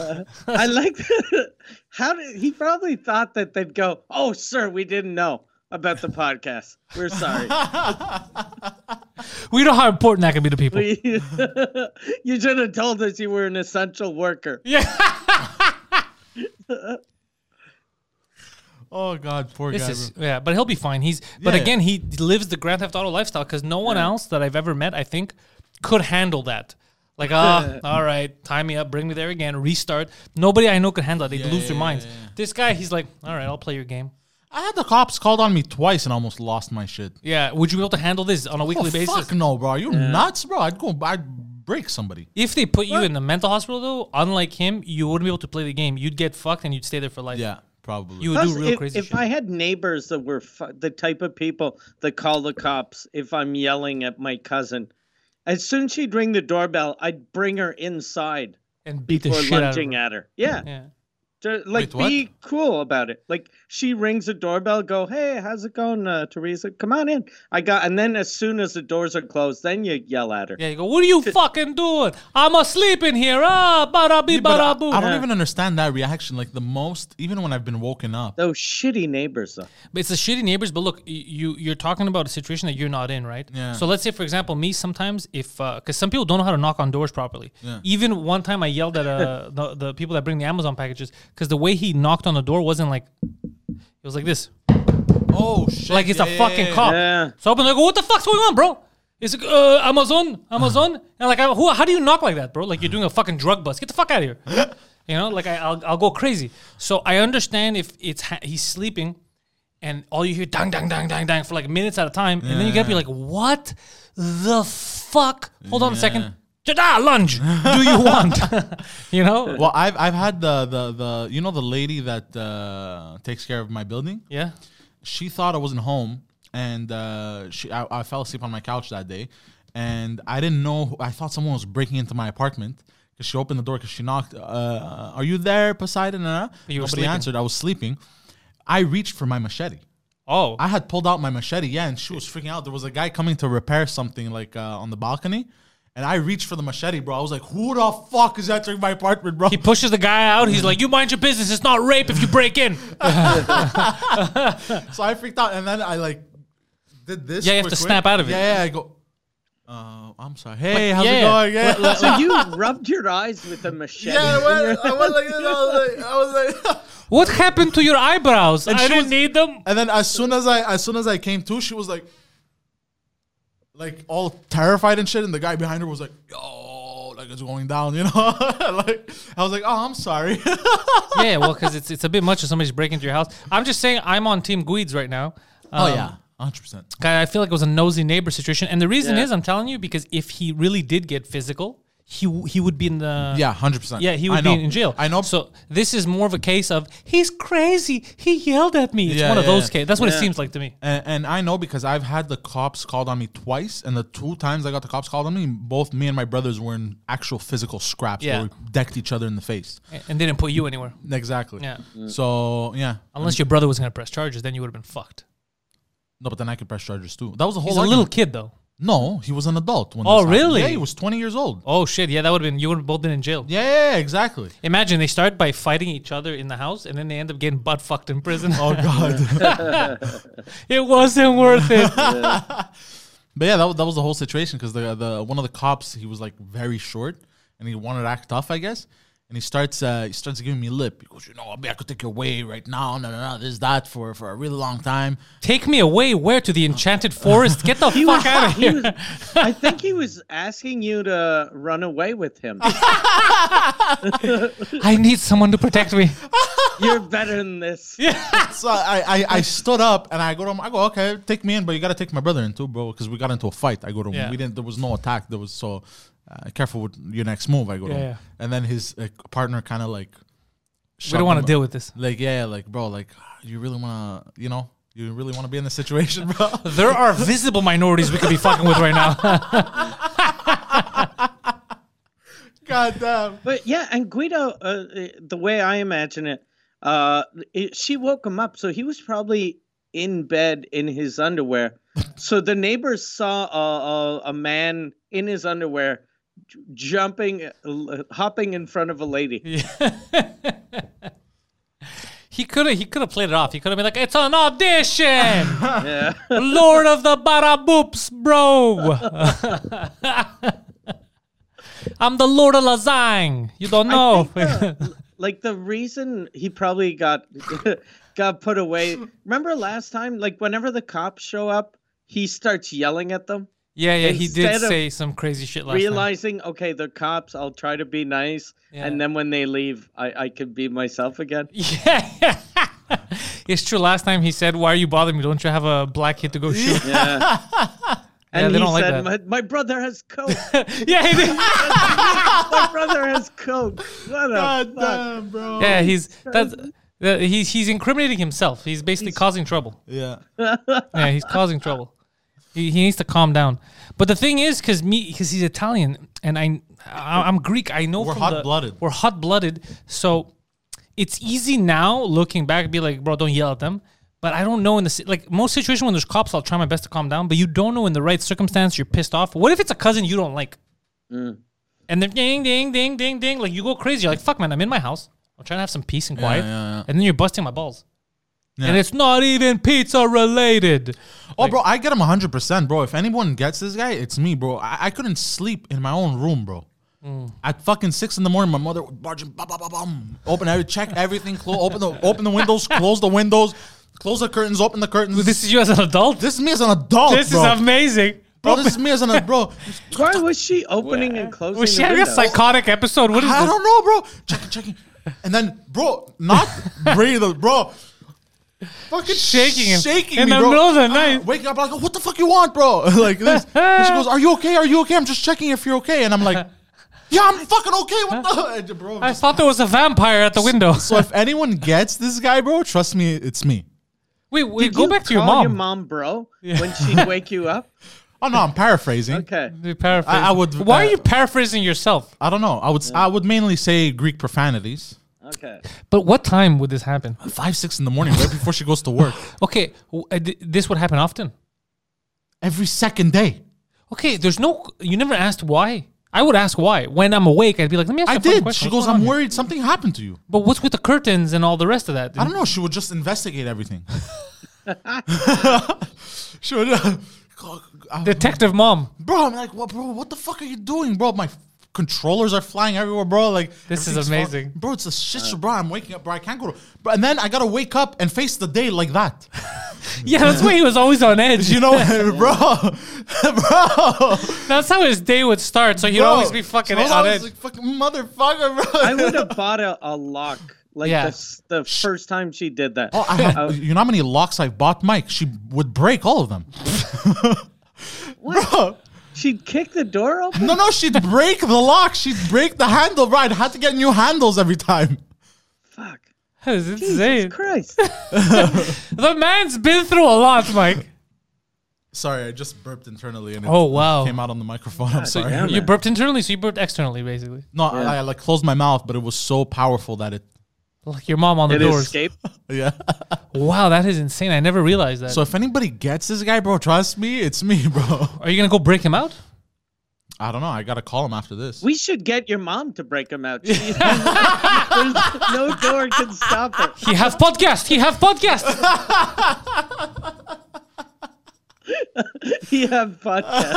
I like that. How did he probably thought that they'd go, "Oh, sir, we didn't know about the podcast. We're sorry." We know how important that can be to people. you should have told us you were an essential worker. yeah, oh God, poor this guy. is, bro. yeah, but he'll be fine. He's but Yeah. again, he lives the Grand Theft Auto lifestyle because no one else that I've ever met, I think, could handle that. Like, ah, all right, tie me up, bring me there again, restart. Nobody I know could handle that. They'd lose their yeah, minds. yeah, yeah. This guy, he's like, all right, I'll play your game. I had the cops called on me twice and almost lost my shit. Yeah, would you be able to handle this on a Oh, weekly basis? fuck no, bro. Are you nuts, bro? I'd go. I'd break somebody. If they put you in a mental hospital, though, unlike him, you wouldn't be able to play the game. You'd get fucked and you'd stay there for life. Yeah, probably. You would Plus, do real if, crazy if shit. I had neighbors that were fu- the type of people that call the cops if I'm yelling at my cousin, as soon as she'd ring the doorbell, I'd bring her inside and beat the or shit out of lunging her. at her. Yeah. Yeah. Ju- like what? be cool about it. Like she rings the doorbell, go, hey, how's it going, uh, Teresa? Come on in. I got, and then as soon as the doors are closed, then you yell at her. Yeah, you go, what are you fucking doing? I'm asleep in here. Ah, barabi, But I, baraboo. I don't even understand that reaction. Like the most, even when I've been woken up. Those shitty neighbors, though. But it's the shitty neighbors. But look, y- you you're talking about a situation that you're not in, right? Yeah. So let's say, for example, me sometimes if because some people don't know how to knock on doors properly. Even one time I yelled at uh, the the people that bring the Amazon packages because the way he knocked on the door wasn't like it was like this, Oh shit! like it's yeah, a yeah, fucking yeah. cop. Yeah. So I open, like, what the fuck's going on, bro? It's like, uh, Amazon, Amazon, and like, I, who, how do you knock like that, bro? Like you're doing a fucking drug bust. Get the fuck out of here. You know, like I, I'll, I'll go crazy. So I understand if it's ha- he's sleeping, and all you hear dang dang dang dang dang for like minutes at a time, and then you gotta be like, what the fuck? Hold on a second. Ta-da, lunge. Do you want? you know? Well, I've I've had the the the you know the lady that uh, takes care of my building. Yeah. she thought I wasn't home, and uh, she I, I fell asleep on my couch that day, and I didn't know. I thought someone was breaking into my apartment because she opened the door because she knocked. Uh, Are you there, Poseidon? Uh, You were Nobody sleeping. answered. I was sleeping. I reached for my machete. Oh. I had pulled out my machete, yeah, and she was freaking out. There was a guy coming to repair something like uh, on the balcony, and I reached for the machete, bro. I was like, "Who the fuck is entering my apartment, bro?" he pushes the guy out. He's like, "You mind your business. It's not rape if you break in." So I freaked out, and then I like did this. Yeah, you have quick, to quick. snap out of it. Yeah, yeah. I go. Uh, I'm sorry. Hey, how's yeah. it going? Yeah, So you rubbed your eyes with a machete. yeah. I went, I went like this. I was like, I was like. What happened to your eyebrows? I she didn't was- need them. and then as soon as I, as soon as I came to, she was like, like all terrified and shit, and the guy behind her was like, yo, like it's going down, you know. like I was like, oh, I'm sorry. yeah, well, because it's it's a bit much if somebody's breaking into your house. I'm just saying I'm on Team Guides right now. Oh, Um, hundred percent. guy, I feel like it was a nosy neighbor situation, and the reason Yeah. is I'm telling you because if he really did get physical, he w- he would be in the Yeah, hundred percent. Yeah, he would be in jail. I know. So this is more of a case of he's crazy. He yelled at me. It's Yeah, one of yeah, those yeah. cases. That's what it Yeah. seems like to me. And, and I know because I've had the cops called on me twice, and the two times I got the cops called on me, both me and my brothers were in actual physical scraps Yeah. where we decked each other in the face. A- And they didn't put you anywhere, Exactly. Yeah. So yeah. unless your brother was going to press charges. Then you would have been fucked. No, but then I could press charges too. That was the whole. He's a argument. little kid though. No, he was an adult. When Oh, this happened. really? Yeah, he was 20 years old. Oh shit! Yeah, that would have been you would have both been in jail. Yeah, yeah, yeah, exactly. Imagine they start by fighting each other in the house, and then they end up getting butt fucked in prison. Oh god. It wasn't worth it. but yeah, that was, that was the whole situation because the the one of the cops he was like very short and he wanted to act tough, I guess. and he starts uh, he starts giving me lip. He goes, you know, I could take you away right now. No, no, no, this that for for a really long time. Take me away where to the enchanted forest? Get the fuck out of He here. was, I think he was asking you to run away with him. I need someone to protect me. You're better than this. So I, I I stood up and I go to him. I go, okay, take me in, but you gotta take my brother in too, bro, because we got into a fight. I go to him. Yeah. We didn't. There was no attack. There was so uh, careful with your next move. I go to Yeah, him, yeah. and then his uh, partner kind of like. we shoved don't want to him- deal with this. Like yeah, like bro, like you really wanna, you know, you really wanna be in this situation, bro. There are visible minorities we could be fucking with right now. God damn. But yeah, and Guido, uh, uh, the way I imagine it, uh, it, she woke him up, so he was probably in bed in his underwear. so the neighbors saw a, a, a man in his underwear j- jumping, uh, l- hopping in front of a lady. He could have he could have played it off. He could have been like, "It's an audition, Yeah. Lord of the Baraboops, bro. I'm the Lord of Lasagne. You don't know." like the reason he probably got got put away. Remember last time, like whenever the cops show up, he starts yelling at them, yeah, yeah, he Instead did of say some crazy shit last night. realizing, okay, they're cops. I'll try to be nice, Yeah. and then when they leave, I I could be myself again. Yeah. it's true. Last time he said, "Why are you bothering me? Don't you have a black kid to go shoot?" Yeah. And they he don't like said, that. My, my brother has coke. yeah, he did. my brother has coke. What a God fuck. damn, bro. yeah, he's that's that, he's he's incriminating himself. He's basically causing trouble. Yeah. Yeah, he's causing trouble. He, he needs to calm down. But the thing is, because me, because he's Italian and I, I I'm Greek. I know We're from the- hot-blooded. We're hot blooded. So it's easy now looking back, be like, bro, don't yell at them. But I don't know in the si- like most situations when there's cops, I'll try my best to calm down. But you don't know in the right circumstance, you're pissed off. What if it's a cousin you don't like? Mm. And they're ding, ding, ding, ding, ding. Like you go crazy. You're like, fuck, man, I'm in my house. I'm trying to have some peace and quiet. yeah, yeah. And then you're busting my balls. Yeah. And it's not even pizza related. Oh, bro, I get him 100%, bro. If anyone gets this guy, it's me, bro. I, I couldn't sleep in my own room, bro. Mm. At fucking six in the morning, my mother would barge in, bum, bum, bum, bum. open every, check everything, close, open the, open the windows, close the windows, close the curtains, open the curtains. This is you as an adult. This is me as an adult, This bro. is amazing. bro, this is me as an adult, bro. Why was she opening and closing Was she the having a window? psychotic episode? What is I this? don't know, bro. Checking, checking, and then, bro, not breathing, bro. Fucking Shaking him. shaking In me, the bro. middle of the Ah, night. waking up like, what the fuck you want, bro? like this. And she goes, "Are you okay? Are you okay? I'm just checking if you're okay." And I'm like, "Yeah, I'm fucking okay." What the, And, bro? I just- thought there was a vampire at the window. so if anyone gets this guy, bro, trust me, it's me. Wait, wait Did go you back to your call mom. your mom, bro, when she wake you up. Oh no, I'm paraphrasing. Okay. We paraphrase. I- I would, Why uh, are you paraphrasing yourself? I don't know. I would I would mainly say Greek profanities. Okay. But what time would this happen? Five six in the morning, right before she goes to work, Okay, w- uh, th- this would happen often. every second day. Okay, there's no. You never asked why. I would ask why. When I'm awake, I'd be like, let me ask I you a fucking did. question. She What's goes, going on "I'm here?" worried something happened to you." But what's with the curtains and all the rest of that? I don't know. She would just investigate everything. she would. uh, Detective mom. bro, I'm like, what, bro? What the fuck are you doing, bro? My f- controllers are flying everywhere, bro. Like This is everything's amazing. fall- bro. It's a shit Uh. show, bro. I'm waking up, bro. I can't go to, bro. And then I gotta wake up and face the day like that. Yeah, that's why he was always on edge. You know, bro, bro. That's how his day would start. So he'd bro. always be fucking So I was on always edge. like, fucking motherfucker, bro. I would have bought a, a lock like Yeah. the s the first time she did that. Uh, Oh, I have, you know how many locks I've bought, Mike? She would break all of them. Bro, She'd kick the door open. No, no, she'd break the lock. She'd break the handle. Right, had to get new handles every time. Fuck. That's Jesus insane. Christ. The man's been through a lot, Mike. Sorry, I just burped internally and it Oh, wow. came out on the microphone. I'm sorry. damn. You burped internally, so you burped externally, basically. No, I, I like closed my mouth, but it was so powerful that it. Like your mom on the It doors. escaped. Yeah. Wow, that is insane. I never realized that. so if anybody gets this guy, bro, trust me, it's me, bro. Are you gonna go break him out? I don't know. I gotta call him after this. We should get your mom to break him out. She- There's no door can stop her. He have podcast. He have podcast. yeah, podcast.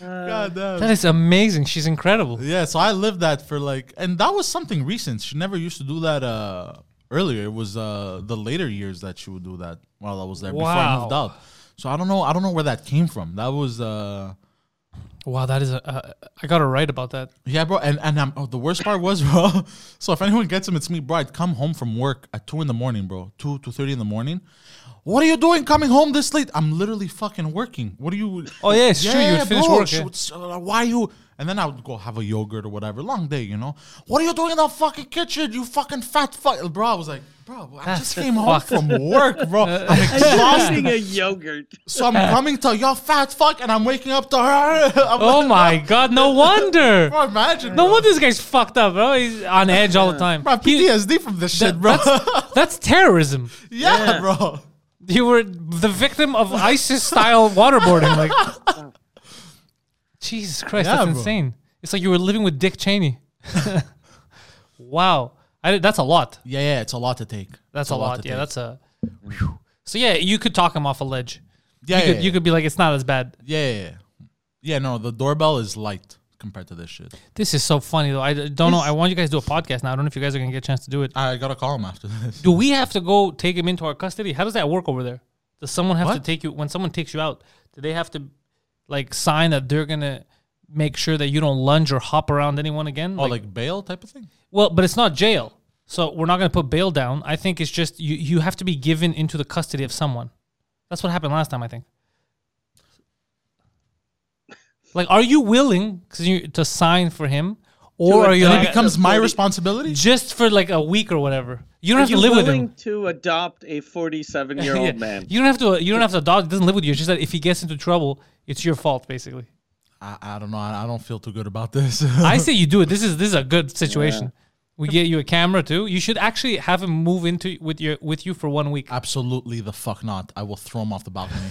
God damn. That is amazing. She's incredible. Yeah, so I lived that for like, and that was something recent. She never used to do that uh, earlier. It was uh, the later years that she would do that while I was there before I moved Wow. out. So I don't know. I don't know where that came from. That was uh, Wow, that is a. Uh, I got to write about that. yeah, bro. And and um, oh, the worst part was, bro. So if anyone gets him, it's me, bro. I'd come home from work at two in the morning, bro. Two two thirty in the morning. What are you doing coming home this late? I'm literally fucking working. What are you? Oh, yeah, it's true. You would finish bro. work, She yeah. would s- uh, why you? And then I would go have a yogurt or whatever. Long day, you know. What are you doing in the fucking kitchen? You fucking fat fuck, bro. I was like, bro, Ah, I just came home from work, bro. I'm exhausted. Eating a yogurt. so I'm coming to your fat fuck, and I'm waking up to her. I'm Oh like, my god, no wonder. bro, imagine. No bro. wonder this guy's fucked up, bro. He's on edge all the time. Bro, PTSD from this shit, bro. That's, that's terrorism. yeah, Yeah. bro. You were the victim of ISIS style waterboarding. Like, Jesus Christ, Yeah, that's bro. insane. It's like you were living with Dick Cheney. wow, I, did- that's a lot. Yeah, yeah, it's a lot to take. That's It's a, lot. to Yeah, take. that's a. Whew. So yeah, you could talk him off a ledge. yeah, You yeah, could, yeah. you could be like, it's not as bad. Yeah, yeah, yeah. Yeah, no, the doorbell is light compared to this shit. This is so funny though. I d- don't know. I want you guys to do a podcast now. I don't know if you guys are gonna get a chance to do it. I gotta call him after this. Do we have to go take him into our custody? How does that work over there? Does someone have to What? take you when someone takes you out? Do they have to like sign that they're gonna make sure that you don't lunge or hop around anyone again? Oh, like bail type of thing? well, but it's not jail, so we're not gonna put bail down. I think it's just you. You have to be given into the custody of someone. That's what happened last time, I think. Like, are you willing 'cause you, to sign for him, or To are you adopt Then like, it becomes my Authority. responsibility? just for like a week or whatever? You don't Are have you to live with him. willing to adopt a 47 year Yeah. old man? You don't have to. You don't have to. Dog doesn't live with you. It's just that if he gets into trouble, it's your fault, basically. I, I don't know. I, I don't feel too good about this. I say you do it. This is this is a good situation. We get you a camera too. You should actually have him move into with your with you for one week. Absolutely the fuck not. I will throw him off the balcony.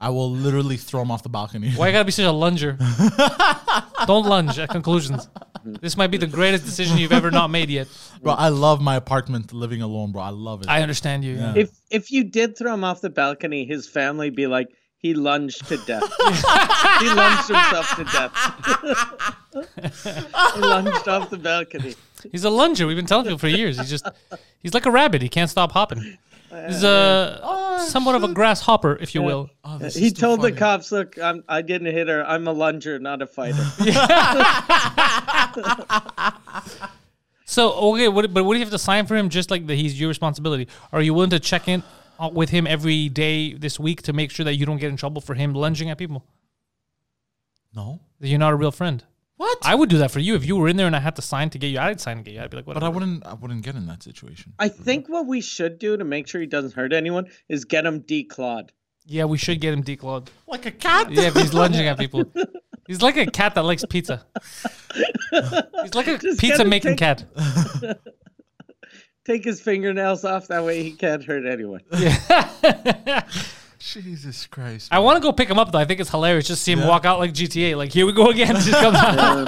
I will literally throw him off the balcony. Why you gotta be such a lunger? don't lunge at conclusions. Mm. This might be the greatest decision you've ever not made yet. Bro, I love my apartment living alone, bro. I love it. I understand you. Yeah. If if you did throw him off the balcony, his family be like, he lunged to death. he lunged himself to death. he lunged off the balcony. He's a lunger. We've been telling you for years. He's just he's like a rabbit. He can't stop hopping. He's a somewhat of a grasshopper, if you will. Oh, this He is too told funny. the cops, "Look, I'm, I didn't hit her. I'm a lunger, not a fighter." So okay, what, but what do you have to sign for him? Just like that, he's your responsibility. Are you willing to check in uh, with him every day this week to make sure that you don't get in trouble for him lunging at people? No. That you're not a real friend. What? I would do that for you if you were in there and I had to sign to get you. I'd sign to get you. I'd be like, but whatever. I wouldn't I wouldn't get in that situation. I Mm-hmm. think what we should do to make sure he doesn't hurt anyone is get him declawed. yeah, we should get him declawed. Like a cat? Yeah, if he's lunging at people. He's like a cat that likes pizza. He's like a Just get him pizza making take- cat. Take his fingernails off. That way, he can't hurt anyone. Jesus Christ. I want to go pick him up though. I think it's hilarious. Just see him walk out like GTA. Like here we go again. Just comes out.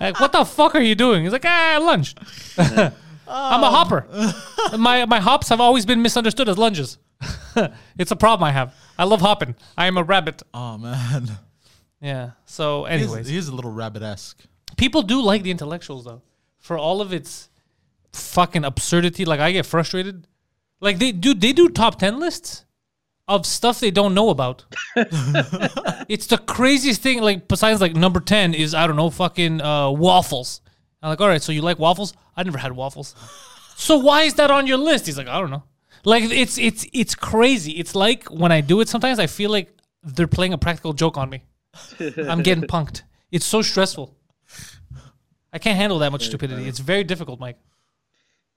like what the fuck are you doing? He's like ah lunge. I'm a hopper. My my hops have always been misunderstood as lunges. it's a problem I have. I love hopping. I am a rabbit. oh man. Yeah. So He's, anyways, he's a little rabbit esque. people do like the intellectuals though, for all of its fucking absurdity. Like I get frustrated. Like they do they do top ten lists of stuff they don't know about. it's the craziest thing. Like besides like number ten is I don't know fucking uh, waffles. I'm like, all right, so you like waffles? I never had waffles. so why is that on your list? He's like, I don't know. Like it's it's it's crazy. It's like when I do it sometimes I feel like they're playing a practical joke on me. I'm getting punked. It's so stressful. I can't handle that much stupidity. It's very difficult, Mike.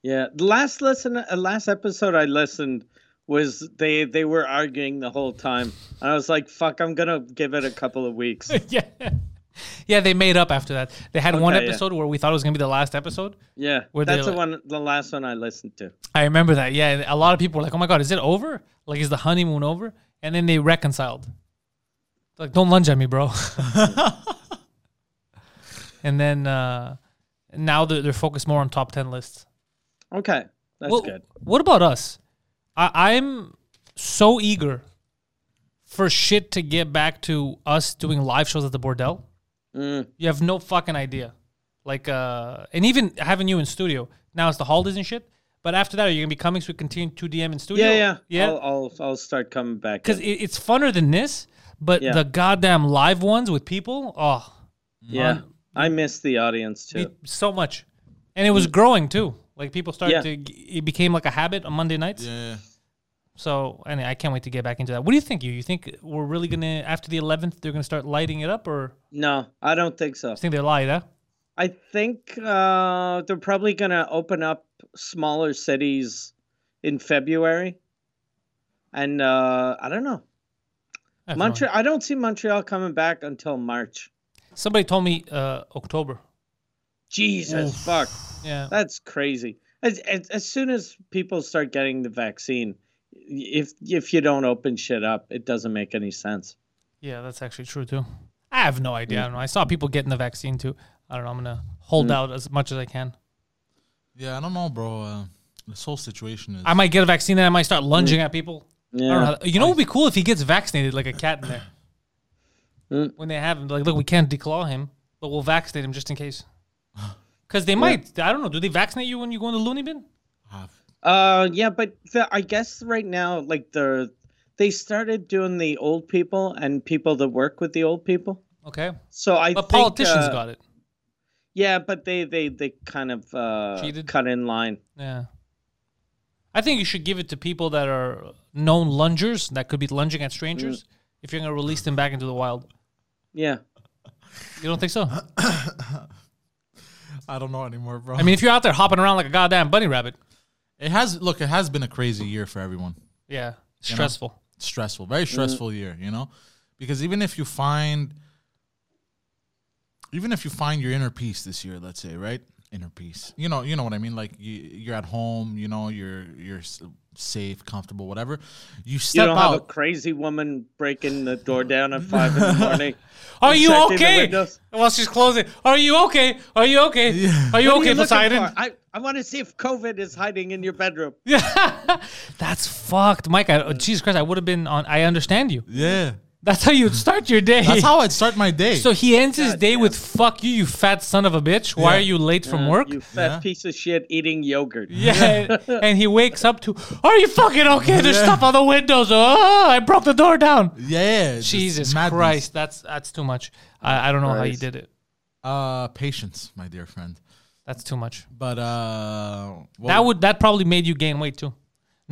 Yeah, the last listen, uh, last episode I listened was they they were arguing the whole time, and I was like, "Fuck, I'm gonna give it a couple of weeks." yeah. Yeah, they made up after that. They had one Okay, yeah. episode where we thought it was gonna be the last episode. Yeah, Were they that's the like- one, the last one I listened to. I remember that. Yeah, and a lot of people were like, "Oh my god, is it over? Like, is the honeymoon over?" And then they reconciled. Like, don't lunge at me, bro. and then uh, now they're, they're focused more on top ten lists. Okay, that's Well, good. What about us? I, I'm so eager for shit to get back to us doing live shows at the Bordel. Mm. You have no fucking idea. Like, uh, and even having you in studio now, it's the holidays and shit. But after that, are you gonna be coming? So we continue two DM in studio. Yeah, yeah, yeah. I'll, I'll, I'll start coming back. Because in. it, it's funner than this. But Yeah. the goddamn live ones with people, oh, yeah, I miss the audience too. it- so much, and it was growing too. Like people started Yeah. to, g- it became like a habit on Monday nights. Yeah. So, and I can't wait to get back into that. What do you think? You you think we're really gonna after the eleventh they're gonna start lighting it up, or No, I don't think so. you think they're light? Huh? I think uh, they're probably going to open up smaller cities in February. And uh, I don't know. I have no idea. Montreal, I don't see Montreal coming back until March. Somebody told me uh, October. Jesus fuck. Yeah. That's crazy. As, as, as soon as people start getting the vaccine, if if you don't open shit up, it doesn't make any sense. Yeah, that's actually true too. I have no idea. I don't know. I saw people getting the vaccine too. I don't know. I'm gonna hold out as much as I can. Yeah, I don't know, bro. Uh, this whole situation is. I might get a vaccine, then I might start lunging at people. I don't Yeah. know. how- You know what would be cool if he gets vaccinated like a cat in there? When they have him, like, look, we can't declaw him, but we'll vaccinate him just in case. Because they might. I don't know. Do they vaccinate you when you go in the loony bin? have- Uh, yeah, but the, I guess right now, like the they started doing the old people and people that work with the old people. Okay. So I But think, politicians uh, got it. yeah, but they they they kind of uh, Cheated? cut in line. Yeah. I think you should give it to people that are known lungers that could be lunging at Mm. strangers if you're going to release them back into the wild. Yeah, You don't think so? I don't know anymore, bro. I mean, if you're out there hopping around like a goddamn bunny rabbit, it has look. It has been a crazy year for everyone. yeah, stressful. stressful, very stressful year, you know? Because even if you find even if you find your inner peace this year, let's say, right? Inner peace. You know, you know what I mean? Like you, you're at home, you know, you're you're s- safe, comfortable, whatever. You you step don't have a out. crazy woman breaking the door down at five in the morning. Are you inspecting the okay? windows. While she's closing, are you okay? Are you okay? Are you What are okay, you looking Poseidon? for? I, I want to see if COVID is hiding in your bedroom. Yeah, that's fucked, Mike. I, oh, Jesus Christ, I would have been on. I understand you. yeah. That's how you would start your day. That's how I'd start my day. So he ends his day with "fuck you, you fat son of a bitch." Why Yeah. are you late from work? You fat Yeah. piece of shit eating yogurt. Yeah, and he wakes up to, "Are you fucking okay?" There's stuff on the windows. Oh, I broke the door down. yeah. just Jesus madness. Christ, that's that's too much. I, I don't know how you Christ. did it. Uh patience, my dear friend. That's too much. But uh what That would that probably made you gain weight too.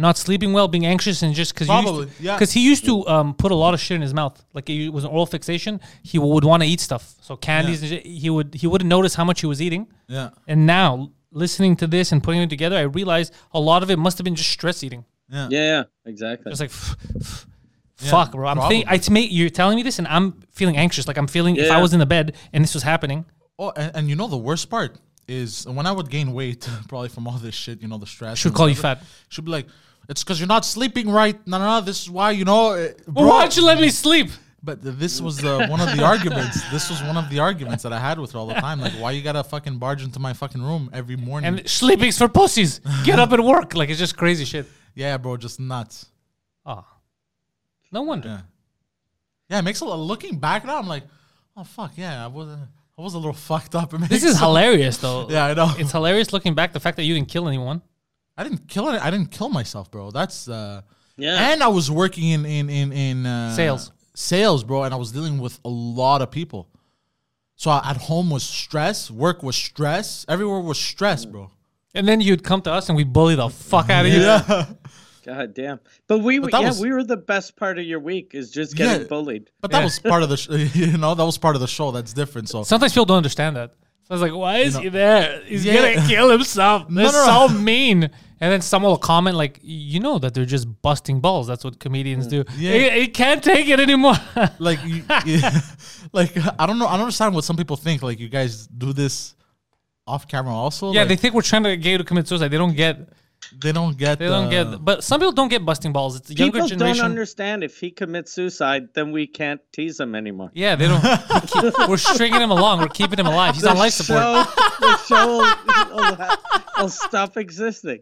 Not sleeping well, being anxious, and just because Probably, yeah. because he used to um, put a lot of shit in his mouth. Like it was an oral fixation. He would want to eat stuff, so candies. And shit, he would he wouldn't notice how much he was eating. Yeah. And now listening to this and putting it together, I realized a lot of it must have been just stress eating. Yeah, exactly. It's like. Fuck, bro. I'm think probably. it's me. You're telling me this, and I'm feeling anxious. Like I'm feeling if I Yeah. was in the bed and this was happening. Oh, and, and you know the worst part is when I would gain weight, probably from all this shit, you know, the stress. Should and call you whatever, fat. Should be like, it's because you're not sleeping right. No, no, no. This is why, you know, eh, bro. Why don't you let me sleep? But th- this was the one of the arguments. This was one of the arguments that I had with her all the time. Like, why you gotta fucking barge into my fucking room every morning? And sleeping's for pussies. Get up and work. Like it's just crazy shit. yeah, bro, just nuts. Oh. No wonder. Yeah, yeah. It makes a lot. Looking back now, I'm like, oh fuck, yeah, I was, I was a little fucked up. It This makes- is hilarious though. Yeah, I know. It's hilarious looking back the fact that you didn't kill anyone. I didn't kill it. I didn't kill myself, bro. That's uh Yeah. And I was working in in in in uh, Sales. sales, bro, and I was dealing with a lot of people. So I, at home was stress, work was stress, everywhere was stress, bro. And then you'd come to us and we'd bully the fuck out of you. Yeah. God damn. But we were that yeah, was- we were the best part of your week is just Yeah. getting bullied. But that was part of the sh- you know, that was part of the show. That's different. So Sometimes people don't understand that. So I was like, why is know- he there? He's Yeah. gonna kill himself. No, That's no, no. so mean. And then someone will comment like, you know that they're just busting balls. That's what comedians do. Yeah. He, he can't take it anymore. like you, yeah, like I don't know, I don't understand what some people think. Like you guys do this off camera also. yeah, Like, they think we're trying to get you to commit suicide. They don't get they don't get they don't the- get but some people don't get busting balls. It's the younger People generation. don't understand if he commits suicide, then we can't tease him anymore. Yeah, they don't. we keep- we're stringing him along. We're keeping him alive. He's on life support. So the show will, will ha- will stop existing.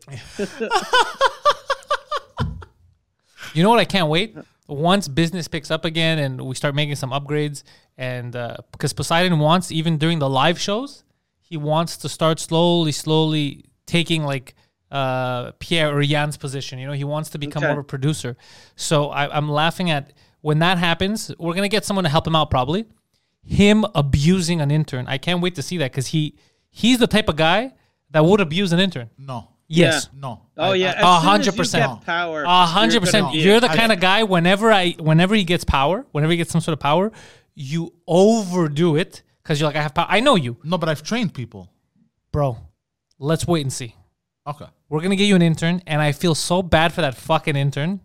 You know what? I can't wait. Once business picks up again and we start making some upgrades, and uh, because Poseidon wants, even during the live shows, he wants to start slowly, slowly taking like uh, Pierre or Jan's position. You know, he wants to become Okay. more of a producer. So I, I'm laughing at when that happens. We're gonna get someone to help him out, probably. Him abusing an intern. I can't wait to see that because he he's the type of guy that would abuse an intern. No. Yes. No. Oh a yeah, as soon as you hundred percent. get Power. A hundred you're percent. gonna be You're the I- kind of guy. Whenever I, whenever he gets power, whenever he gets some sort of power, you overdo it because you're like, I have power. I know you, No, but I've trained people. bro. Let's wait and see. Okay. We're gonna get you an intern, and I feel so bad for that fucking intern.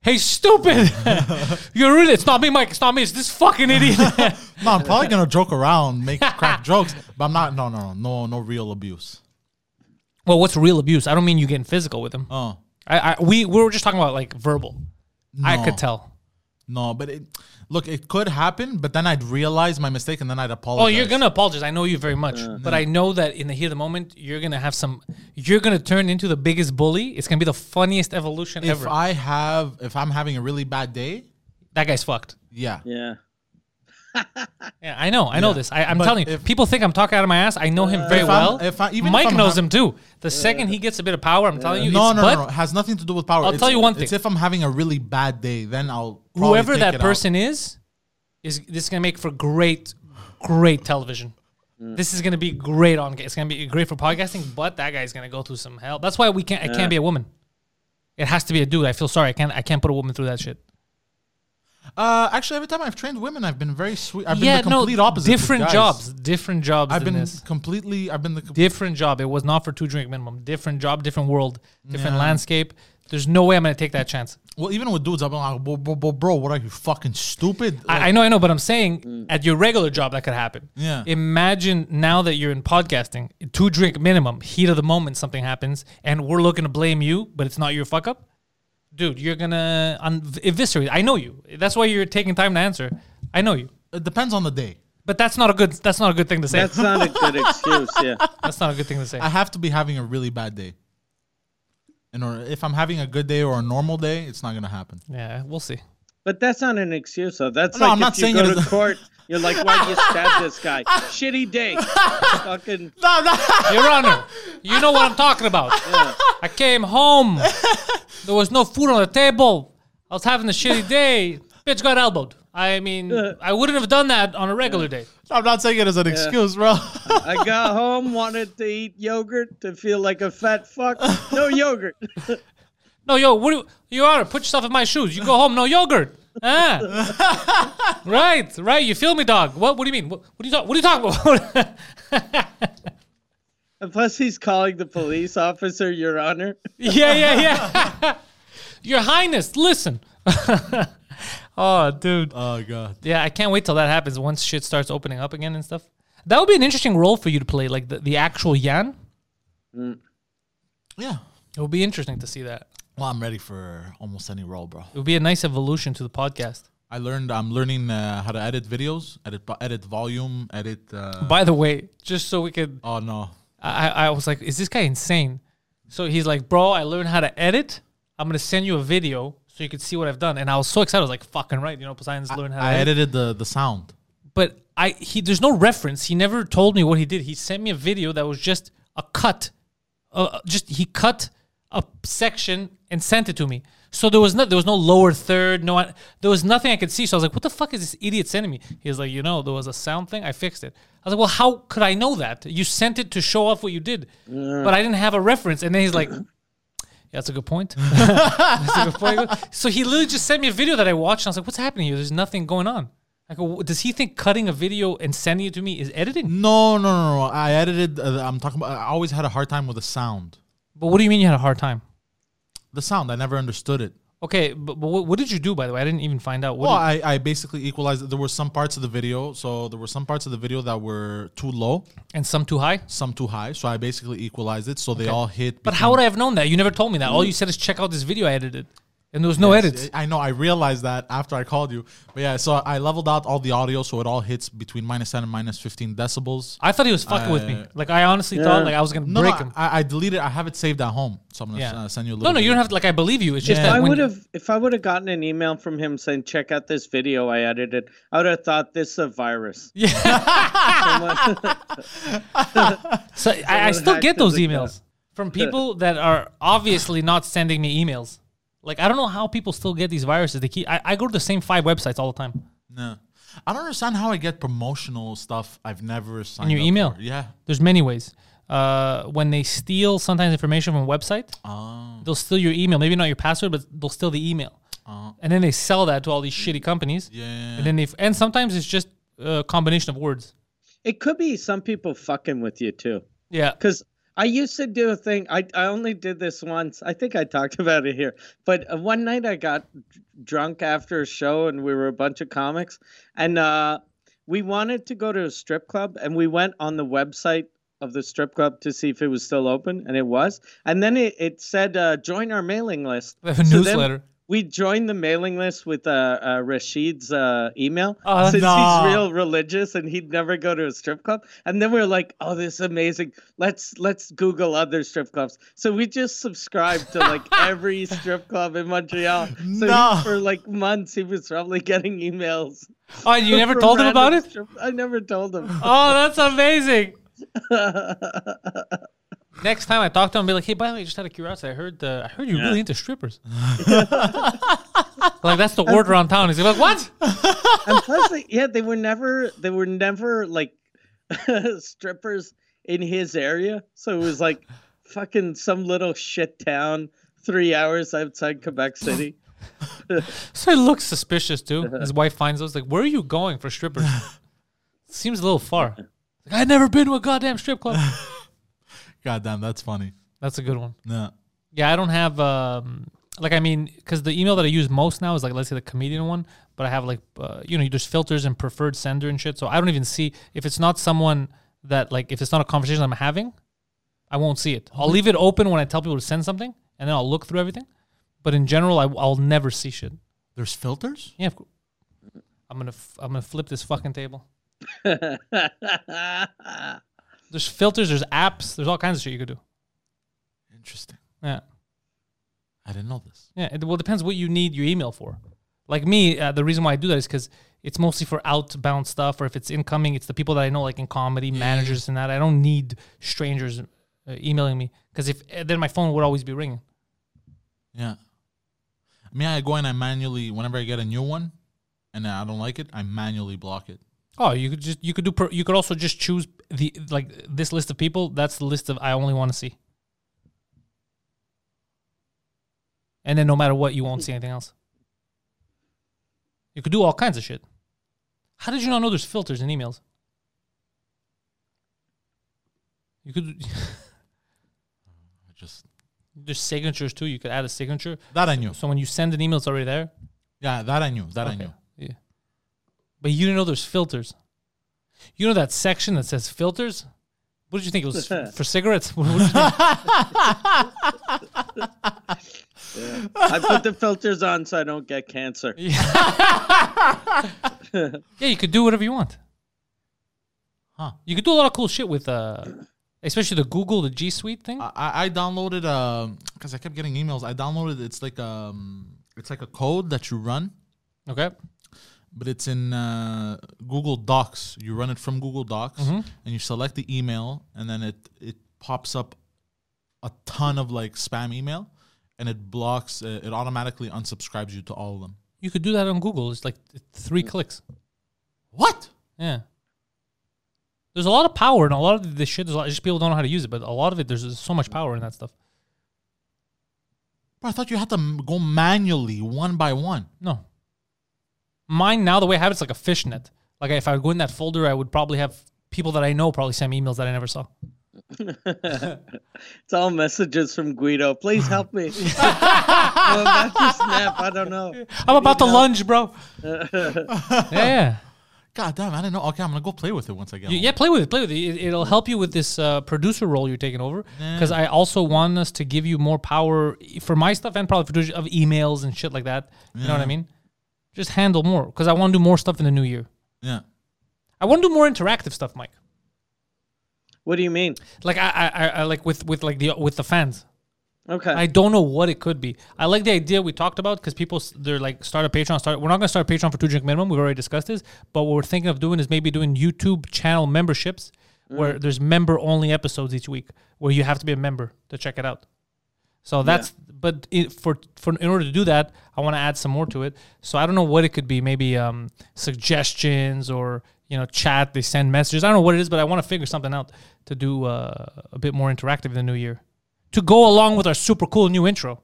Hey, stupid! you're really. It's not me, Mike. It's not me. It's this fucking idiot. No, I'm probably gonna joke around, make crack jokes, but I'm not. No, no, no, no, no real abuse. well, what's real abuse? I don't mean you getting physical with him. Oh I, I we, we were just talking about like verbal. I No. could tell. no, but it, look, it could happen. But then I'd realize my mistake, and then I'd apologize. Oh, you're gonna apologize. I know you very much, but I know that in the heat of the moment, you're gonna have some. You're gonna turn into the biggest bully. It's gonna be the funniest evolution If ever. I have, if I'm having a really bad day, that guy's fucked. yeah, Yeah. Yeah, I know. I know this. I, I'm But telling you. if- Uh, people think I'm talking out of my ass. I know him very if I'm- well. if I- even if Mike I'm knows hav- him too. The second he gets a bit of power, I'm telling you, no, it's, no, but no, no, it has nothing to do with power. I'll It's- tell you one It's thing. if I'm having a really bad day, then I'll probably whoever take that it out. person is, is this is gonna make for great, great television. This is gonna be great on. It's gonna be great for podcasting, but that guy's gonna go through some hell. That's why we can't. It can't be a woman. It has to be a dude. I feel sorry. I can't. I can't put a woman through that shit. Uh, actually, every time I've trained women, I've been very sweet. I've yeah, been the complete no, opposite. with different guys. jobs, different jobs. I've than been this. completely. I've been the. com- different job. It was not for two drink minimum. Different job, different world, different landscape. There's no way I'm gonna take that chance. Well, even with dudes, I've been like, bro, bro, bro, bro what are you fucking stupid? I, I know, I know, but I'm saying at your regular job that could happen. Mm. Yeah. Imagine now that you're in podcasting, two drink minimum, heat of the moment, something happens, and we're looking to blame you, but it's not your fuck up, dude. You're gonna un- eviscerate. I know you. That's why you're taking time to answer. I know you, it depends on the day. but that's not a good. That's not a good thing to say. That's not a good excuse. Yeah. that's not a good thing to say. I have to be having a really bad day. And or if I'm having a good day or a normal day, it's not gonna happen. yeah, we'll see. But that's not an excuse, though. That's No, like I'm if not you saying go it to is- court, you're like, why you stab this guy? Shitty day. Fucking. No, no. Your Honor, you know what I'm talking about. I came home. There was no food on the table. I was having a shitty day. Bitch got elbowed. I mean, I wouldn't have done that on a regular day. I'm not saying it as an excuse, bro. I got home, wanted to eat yogurt to feel like a fat fuck. No yogurt. No, yo, what do you, Your Honor, put yourself in my shoes. You go home, no yogurt. Ah. right, right. You feel me, dog? What? What do you mean? What, what are you talk? What are you talking about? And plus, he's calling the police officer, Your Honor. yeah, yeah, yeah. Your Highness, listen. oh, dude. oh god. Yeah, I can't wait till that happens once shit starts opening up again and stuff. That would be an interesting role for you to play, like the, the actual Yan. Yeah. It would be interesting to see that. Well, I'm ready for almost any role, bro. It would be a nice evolution to the podcast. I learned. I'm learning uh, how to edit videos, edit bu- edit volume, edit. Uh, By the way, just so we could, oh no. I, I was like, is this guy insane? So he's like, bro, I learned how to edit. I'm gonna send you a video so you could see what I've done. And I was so excited. I was like, fucking right, you know, Poseidon's learned how to I edit. edited the the sound. But I he there's no reference. He never told me what he did. He sent me a video that was just a cut, uh, just he cut a section and sent it to me. So there was no there was no lower third, no there was nothing I could see. So I was like, what the fuck is this idiot sending me? He was like, you know, there was a sound thing. I fixed it. I was like, well, how could I know that? You sent it to show off what you did, but I didn't have a reference. And then he's like. Yeah, that's a good point. that's a good point. So he literally just sent me a video that I watched. And I was like, what's happening here? There's nothing going on. I go, "Wh- does he think cutting a video and sending it to me is editing? No, no, no, no. I edited. Uh, I'm talking about. I always had a hard time with the sound. But what do you mean you had a hard time? The sound. I never understood it. Okay, but, but what, what did you do, by the way? I didn't even find out. What Well, did- I, I basically equalized. There were some parts of the video, so there were some parts of the video that were too low, and some too high? some too high. So I basically equalized it, so they all hit. Mm-hmm. But how would I have known that? You never told me that. All you said is check out this video I edited. and there was no Mm. Yes, edits. I know. I realized that after I called you. But yeah, so I leveled out all the audio, so it all hits between minus ten and minus fifteen decibels. I thought he was fucking with me. Uh, Like I honestly Yeah. thought like I was gonna No, break no him. I, I deleted. I have it saved at home, so I'm gonna yeah. uh, send you a no, little. no, you don't have to. Like I believe you. It's just Yeah. that I when would have if I would have gotten an email from him saying check out this video I edited. I would have thought this is a virus. So I, I would still hack get the those account. emails from people that are obviously not sending me emails. Like I don't know how people still get these viruses. They keep. I, I go to the same five websites all the time. No. I don't understand how I get promotional stuff I've never signed your up email? for. Yeah. There's many ways. Uh, when they steal sometimes information from a website, Oh. they'll steal your email. Maybe not your password, but they'll steal the email, Uh, and then they sell that to all these shitty companies. yeah. And then they f- and sometimes it's just a combination of words. It could be some people fucking with you too. Yeah. Because I used to do a thing. I, I only did this once. I think I talked about it here. But uh, one night I got d- drunk after a show and we were a bunch of comics. And uh, we wanted to go to a strip club and we went on the website of the strip club to see if it was still open. And it was. And then it, it said, uh, join our mailing list. The So then newsletter. we joined the mailing list with uh, uh, Rashid's uh, email Oh, since no. he's real religious and he'd never go to a strip club. And then we were like, "Oh, this is amazing! Let's let's Google other strip clubs." So we just subscribed to like every strip club in Montreal. So he- No. for like months, he was probably getting emails. oh, and you never from told them random about it. strip- I never told him. Oh, that's amazing. Next time I talk to him, I'll be like, "Hey, by the way, just out of curiosity, I heard uh, I heard you're really into strippers." like that's the word around town. He's like, "What?" and plus, like, yeah, they were never they were never like strippers in his area. So it was like fucking some little shit town, three hours outside Quebec City. So he looks suspicious too. His wife finds those like, "Where are you going for strippers?" Seems a little far. Like, I've never been to a goddamn strip club. God damn, that's funny. That's a good one. No. Yeah, I don't have um like I mean because the email that I use most now is like let's say the comedian one, but I have like uh, you know there's filters and preferred sender and shit, so I don't even see if it's not someone that like if it's not a conversation I'm having, I won't see it. I'll leave it open when I tell people to send something, and then I'll look through everything. But in general, I, I'll never see shit. There's filters? Yeah, of course. I'm gonna f- I'm gonna flip this fucking table. There's filters, there's apps, there's all kinds of shit you could do. Interesting. Yeah. I didn't know this. Yeah, it, well, it depends what you need your email for. Like me, uh, the reason why I do that is because it's mostly for outbound stuff, or if it's incoming, it's the people that I know, like in comedy, managers and that. I don't need strangers uh, emailing me because if uh, then my phone would always be ringing. Yeah. I mean, I go and I manually, whenever I get a new one and I don't like it, I manually block it. Oh, you could just you could do per, you could also just choose the like this list of people. That's the list of I only want to see. And then no matter what, you won't see anything else. You could do all kinds of shit. How did you not know there's filters in emails? You could I just, there's signatures too. You could add a signature. that I knew. So when you send an email, it's already there. Yeah, that I knew. That I knew. Yeah. But you didn't know there's filters. You know that section that says filters? What did you think it was f- for cigarettes? What did you think? I put the filters on so I don't get cancer. yeah, you could do whatever you want. Huh. You could do a lot of cool shit with, uh, especially the Google, the G Suite thing. I, I- I downloaded um because I kept getting emails. I downloaded it's like um it's like a code that you run, Okay. but it's in uh, Google Docs. You run it from Google Docs, and you select the email, and then it it pops up a ton of like spam email, and it blocks. Uh, it automatically unsubscribes you to all of them. You could do that on Google. It's like th- three clicks. What? Yeah. There's a lot of power and a lot of this shit. There's a lot, just people don't know how to use it, but a lot of it, there's, there's so much power in that stuff. Bro, I thought you had to m- go manually one by one. No. Mine now, the way I have it's like a fishnet. Like if I go in that folder, I would probably have people that I know probably send me emails that I never saw. It's all messages from Guido. Please help me. I'm about to snap. I don't know. I'm about to lunge, bro. yeah, yeah. God damn, I didn't know. Okay, I'm gonna go play with it once I get You- home. yeah, play with it. Play with it. It- It'll help you with this uh, producer role you're taking over. Because I also want us to give you more power for my stuff and probably for producer- of emails and shit like that. You know what I mean? Just handle more because I want to do more stuff in the new year. Yeah. I want to do more interactive stuff, Mike. What do you mean? Like I, I, I, I like with with like the with the fans. Okay. I don't know what it could be. I like the idea we talked about because people s- they're like start a Patreon. Start. We're not going to start a Patreon for two drink minimum. We've already discussed this. But what we're thinking of doing is maybe doing YouTube channel memberships where there's member only episodes each week where you have to be a member to check it out. So that's but it, for for in order to do that, I want to add some more to it. So I don't know what it could be. Maybe um, suggestions or you know chat. They send messages. I don't know what it is, but I want to figure something out to do uh, a bit more interactive in the new year to go along with our super cool new intro.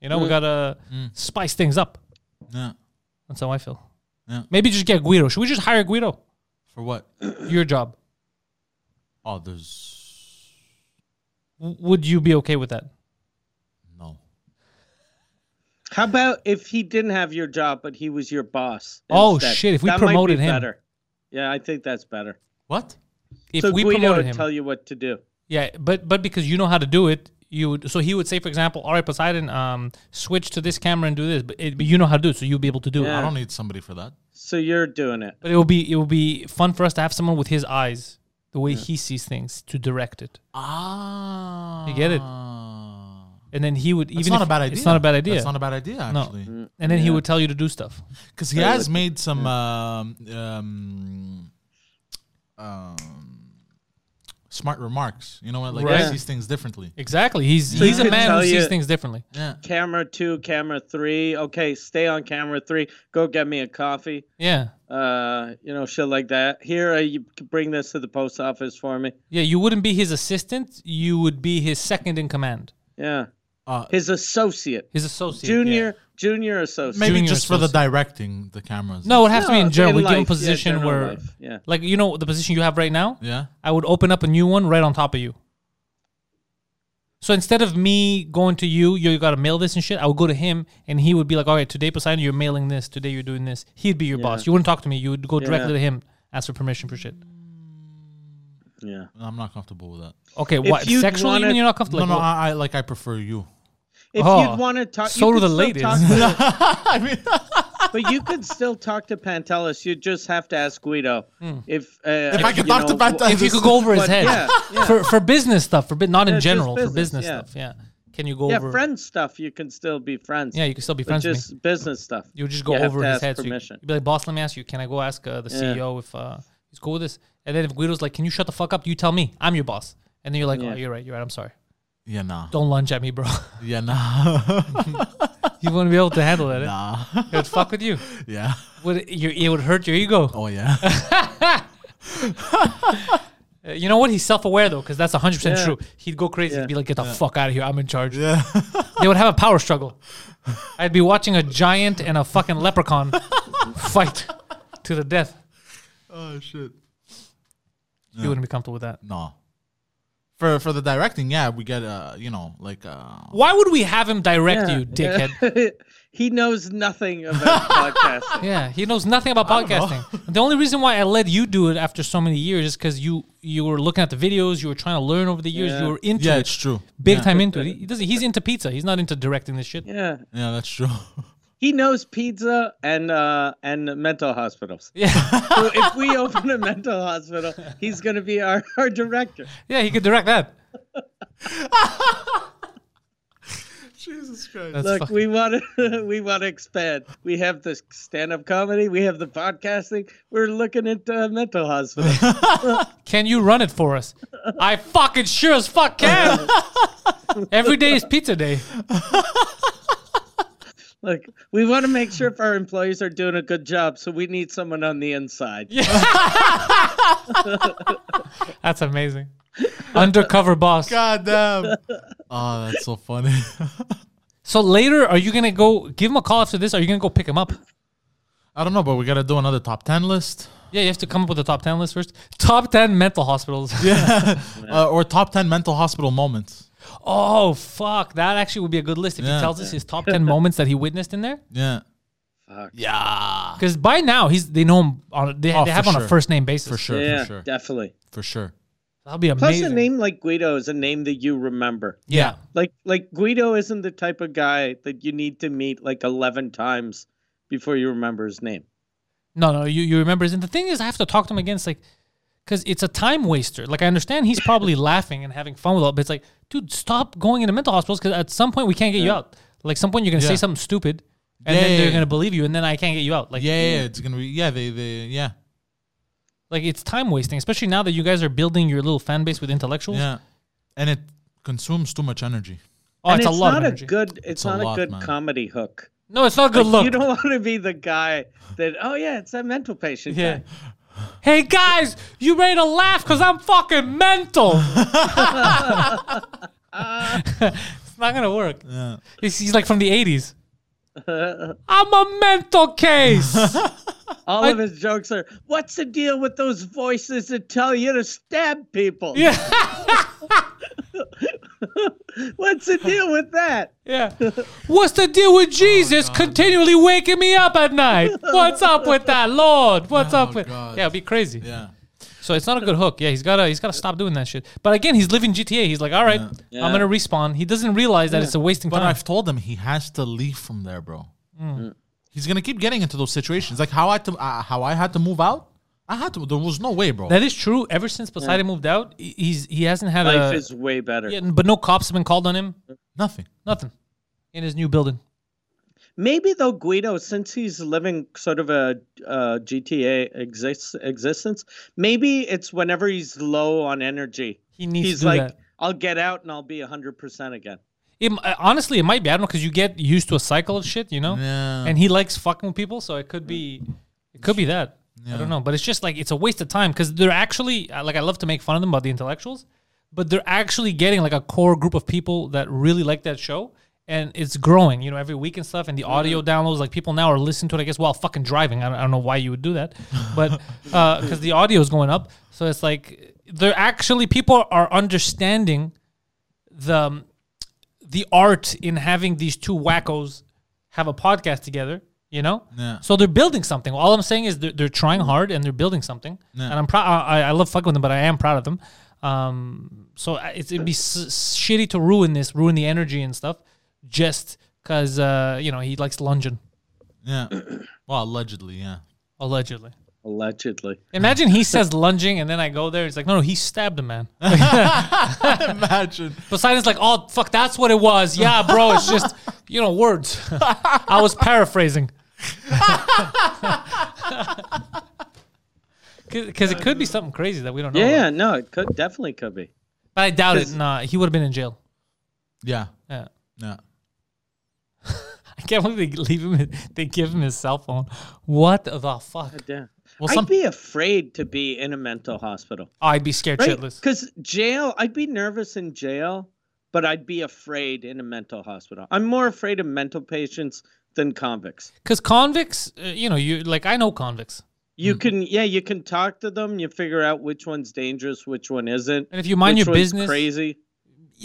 You Mm. know, we gotta spice things up. Yeah. That's how I feel. Yeah. Maybe just get Guido. Should we just hire Guido? For what? Your job. Oh, there's W- Would you be okay with that? no. How about if he didn't have your job, but he was your boss? Oh, instead? shit, if we That might be promoted him. better. Yeah, I think that's better. What? If so we Guido promoted would him, tell you what to do. yeah, but but because you know how to do it, you would. So he would say, for example, all right, Poseidon, um, switch to this camera and do this. But, it, but you know how to do it, so you'll be able to do Yeah. it. I don't need somebody for that. So you're doing it. But it will be it will be fun for us to have someone with his eyes, the way he sees things, to direct it, Ah. get it? It's and then he would. Even not if- a bad idea. It's not a bad idea. It's not a bad idea actually. Mm. and then he would tell you to do stuff. Because he has made some um, um, um, smart remarks. You know what? Like Right. he sees things differently. Exactly. He's he he's a could man tell who sees you- things differently. Yeah. Camera two, camera three. Okay, stay on camera three. Go get me a coffee. Yeah. Uh, you know, shit like that. Here, uh, you c- bring this to the post office for me. Yeah, you wouldn't be his assistant, you would be his second in command. Yeah, Uh, his associate, His associate. yeah. junior, junior associate. Maybe Junior just for the associate. directing the cameras. No, it would have to be No, in general. in We give him life, yeah, position general where life, yeah. like you know the position you have right now? Yeah. I would open up a new one right on top of you. So instead of me going to you, you gotta mail this and shit, I would go to him and he would be like, All right, today Poseidon, you're mailing this, today you're doing this. He'd be your boss. You wouldn't talk to me, you would go directly Yeah. to him, ask for permission for shit. yeah. I'm not comfortable with that. Okay, what you'd sexually you wanna- mean you're not comfortable? no, Like, no, what- I, I like. I prefer you. If Oh, you'd want to talk, so you do could the still ladies. talk to- I mean, but you could still talk to Pantelis. You just have to ask Guido Hmm. if uh, if I could you talk to know, wh- Pat, if you could go over his But head yeah, yeah. for for business stuff, for bit not in just general for business, business yeah. stuff. Yeah, can you go Yeah, over? friend stuff. You can still be friends. yeah, you can still be but friends. with just me. business stuff. You would just go have over to his ask head. So you- Permission. you'd be like, boss, let me ask you, can I go ask uh, the CEO if uh, he's cool with this? And then if Guido's like, can you shut the fuck up? You tell me, I'm your boss. And then you're like, oh, Yeah. you're right, you're right. I'm sorry. yeah, nah, Don't lunge at me, bro. yeah, nah, you wouldn't be able to handle that. eh? nah, It would fuck with you. yeah. Would it, your, it would hurt your ego. Oh yeah. Uh, Oh. You know what? He's self-aware though, because that's 100 percent Yeah. true. He'd go crazy. Yeah. He'd be like, "Get the fuck out of here! I'm in charge." Yeah. they would have a power struggle. I'd be watching a giant and a fucking leprechaun fight to the death. oh shit. You wouldn't be comfortable with that. No. For for the directing, yeah, we get uh, you know, like uh, Why would we have him direct you, dickhead? Yeah. he knows nothing about podcasting. he knows nothing about podcasting. The only reason why I let you do it after so many years is because you you were looking at the videos, you were trying to lelearn over the years, Yeah. you were into yeah, it, it's true. big yeah. time into it. He he doesn't. He's into pizza. He's not into directing this shit. Yeah, Yeah, that's true. he knows pizza and uh and mental hospitals. Yeah, So if we open a mental hospital, he's gonna be our, our director. yeah, he could direct that. Jesus Christ. That's Look, fuck- we want to we want to expand. We have the stand-up comedy, we have the podcasting. We're looking at uh, mental hospitals. Can you run it for us? I fucking sure as fuck can. Every day is pizza day. Look, we want to make sure if our employees are doing a good job, so we need someone on the inside. That's amazing. Undercover boss. God damn. oh, that's so funny. So later, are you gonna go give him a call after this? Are you gonna go pick him up? I don't know, but we gotta do another top ten list. Yeah, you have to come up with a top ten list first. Top ten mental hospitals. Yeah. uh, or top ten mental hospital moments. Oh fuck, that actually would be a good list if he Yeah. tells us his top ten moments that he witnessed in there. Yeah. Fuck. Yeah. Because by now he's they know him on they, Oh, they for have on a sure. first name basis. For sure, yeah, for sure. definitely. For sure. that'll be Plus, amazing. a name like Guido is a name that you remember. Yeah. Like, like Guido isn't the type of guy that you need to meet like eleven times before you remember his name. No, no, you you remember. his- And the thing is, I have to talk to him again. It's like because it's a time waster. Like I understand he's probably laughing and having fun with it, but it's like, dude, stop going into mental hospitals because at some point we can't get you out. Like some point you're gonna say Yeah. something stupid, and Yeah, then yeah, they're yeah. gonna believe you, and then I can't get you out. Like Yeah, yeah, yeah, it's gonna be yeah, they they yeah. like it's time wasting, especially now that you guys are building your little fan base with intellectuals. Yeah. And it consumes too much energy. Oh, and it's a lot not of a energy. good. It's, a not a, lot, good man. comedy hook. no, it's not good Like, look. You don't want to be the guy that. Oh yeah, it's that mental patient. Yeah. guy. Hey guys, you ready to laugh? Cause I'm fucking mental. it's not gonna work. Yeah. He's, he's like from the '80s. I'm a mental case. All of his jokes are. What's the deal with those voices that tell you to stab people? yeah, What's the deal with that? yeah. What's the deal Oh, with Jesus continually waking me up at night? What's up with that, Lord? What's up Oh, with? God. Yeah, it'd be crazy. Yeah. So it's not a good hook. Yeah, he's gotta he's gotta stop doing that shit. But again, he's living GTA. He's like, all right, Yeah. I'm gonna respawn. He doesn't realize that it's a wasting But time. I've Mm. told him he has to leave from there, bro. He's gonna keep getting into those situations. Like how I to, uh, how I had to move out. I had to. There was no way, bro. That is true. Ever since Poseidon moved out, he- he's he hasn't had a Life is way better. yeah, but no cops have been called on him. Nothing. Nothing in his new building. Maybe though Guido, since he's living sort of a uh, GTA exist- existence, maybe it's whenever he's low on energy, He needs he's to do like, that. "I'll get out and I'll be hundred percent again." It, m- uh, honestly, it might be. I don't know because you get used to a cycle of shit, you know. Yeah. And he likes fucking with people, so it could be, it could be that. I Yeah. don't know, but it's just like it's a waste of time because they're actually uh, like I love to make fun of them about the intellectuals, but they're actually getting like a core group of people that really like that show. And it's growing, you know, every week and stuff. And the audio downloads, like people now are listening to it, I guess, while fucking driving. I don't, I don't know why you would do that, but because the audio is going up. So it's like they're actually, people are understanding the um, the art in having these two wackos have a podcast together. You know, Yeah. so they're building something. All I'm saying is they're, they're trying hard and they're building something. And I'm proud. I, I love fucking with them, but I am proud of them. Um, so I- it's, it'd be s- s- shitty to ruin this, ruin the energy and stuff, just because uh, you know he likes lunging Yeah. well, allegedly, yeah. allegedly. Allegedly, Imagine he says lunging, and then I go there. It's like, no, no, he stabbed a man. Imagine. Poseidon's like, oh fuck, that's what it was. Yeah, bro, it's just you know words. I was paraphrasing. Because it could be something crazy that we don't know. yeah, about. yeah, no, it could definitely could be. but I doubt it. 'Cause- Nah, he would have been in jail. Yeah. Yeah. Yeah. I can't believe they leave him. They give him his cell phone. What the fuck? Yeah, Well, I'd some- be afraid to be in a mental hospital, I'd be scared right? shitless. Because jail, I'd be nervous in jail, but I'd be afraid in a mental hospital. I'm more afraid of mental patients than convicts. Because convicts, uh, you know, you like I know convicts, You can, yeah, you can talk to them. You figure out which one's dangerous, which one isn't. and if you mind which your one's business, Crazy. if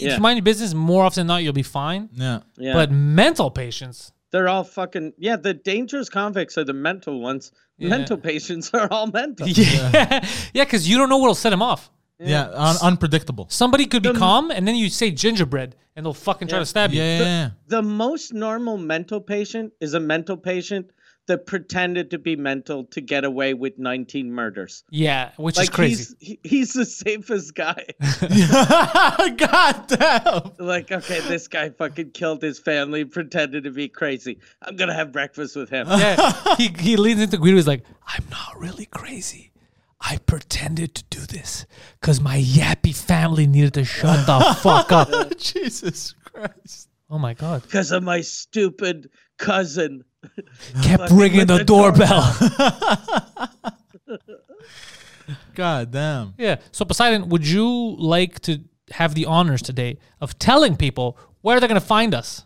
Yeah. you mind your business, more often than not, you'll be fine. Yeah. Yeah. But mental patients, they're all fucking. Yeah, the dangerous convicts are the mental ones. Mental patients are all mental. yeah, yeah, because you don't know what'll set him off. Yeah. Un- unpredictable. Somebody could be The- calm, and then you say gingerbread, and they'll fucking try Yeah. to stab you. Yeah. yeah, yeah. The most normal mental patient is a mental patient that pretended to be mental to get away with 19 murders. Yeah, which Like is crazy. he's he, he's the safest guy. God damn. like, okay, this guy fucking killed his family, pretended to be crazy. I'm gonna have breakfast with him. Yeah, he he leans into Guido. He's like, "I'm not really crazy. I pretended to do this because my yappy family needed to shut the fuck up." Jesus Christ. Oh my god! because of my stupid cousin. Kept ringing with the the doorbell. God damn. yeah. So Poseidon, would you like to have the honors today of telling people where they're gonna find us?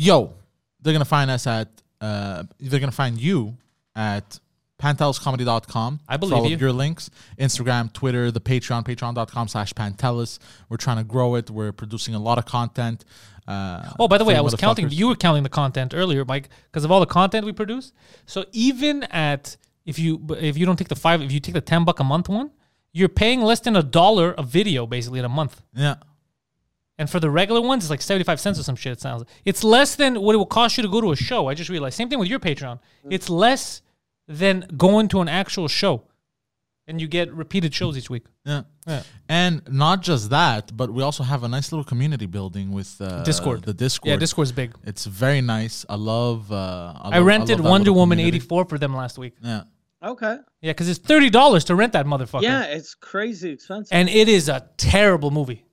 yo, they're gonna find us at uh, they're gonna find you at panteliscomedy.com. I for believe all of you. your links. Instagram, Twitter, the Patreon, patreon.com slash pantelis. We're trying to grow it. We're producing a lot of content. Uh, Oh, by the way, for I was counting. motherfuckers. You were counting the content earlier, Mike, because of all the content we produce. So even at if you if you don't take the five, if you take the ten buck a month one, you're paying less than a dollar a video basically in a month. Yeah. And for the regular ones, it's like seventy five cents or some shit. It sounds. It's less than what it will cost you to go to a show. I just realized. Same thing with your Patreon. Mm. It's less than going to an actual show, and you get repeated shows each week. Yeah. Yeah. And not just that, but we also have a nice little community building with uh, Discord. The Discord. Yeah, Discord's big. It's very nice. I love. Uh, I, love- I love rented that Wonder little Woman community. eighty four for them last week. Yeah. Okay. Yeah, because it's thirty dollars to rent that motherfucker. Yeah, it's crazy expensive. and it is a terrible movie.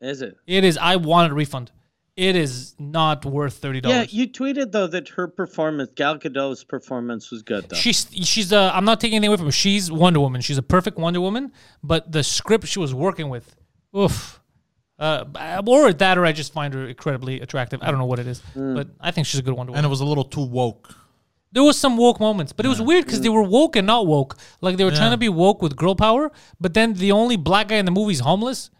is it? It is. I wanted a refund. It is not worth thirty Yeah, dollars. you tweeted though that her performance, Gal Gadot's performance, was good though. she's she's. Uh, I'm not taking anything away from her. She's Wonder Woman. She's a perfect Wonder Woman. But the script she was working with, oof. Uh, or that, or I just find her incredibly attractive. I don't know what it is, but I think she's a good Wonder Woman. And it was a little too woke. there was some woke moments, but it was weird because they were woke and not woke. Like they were trying to be woke with girl power, but then the only black guy in the movie's homeless,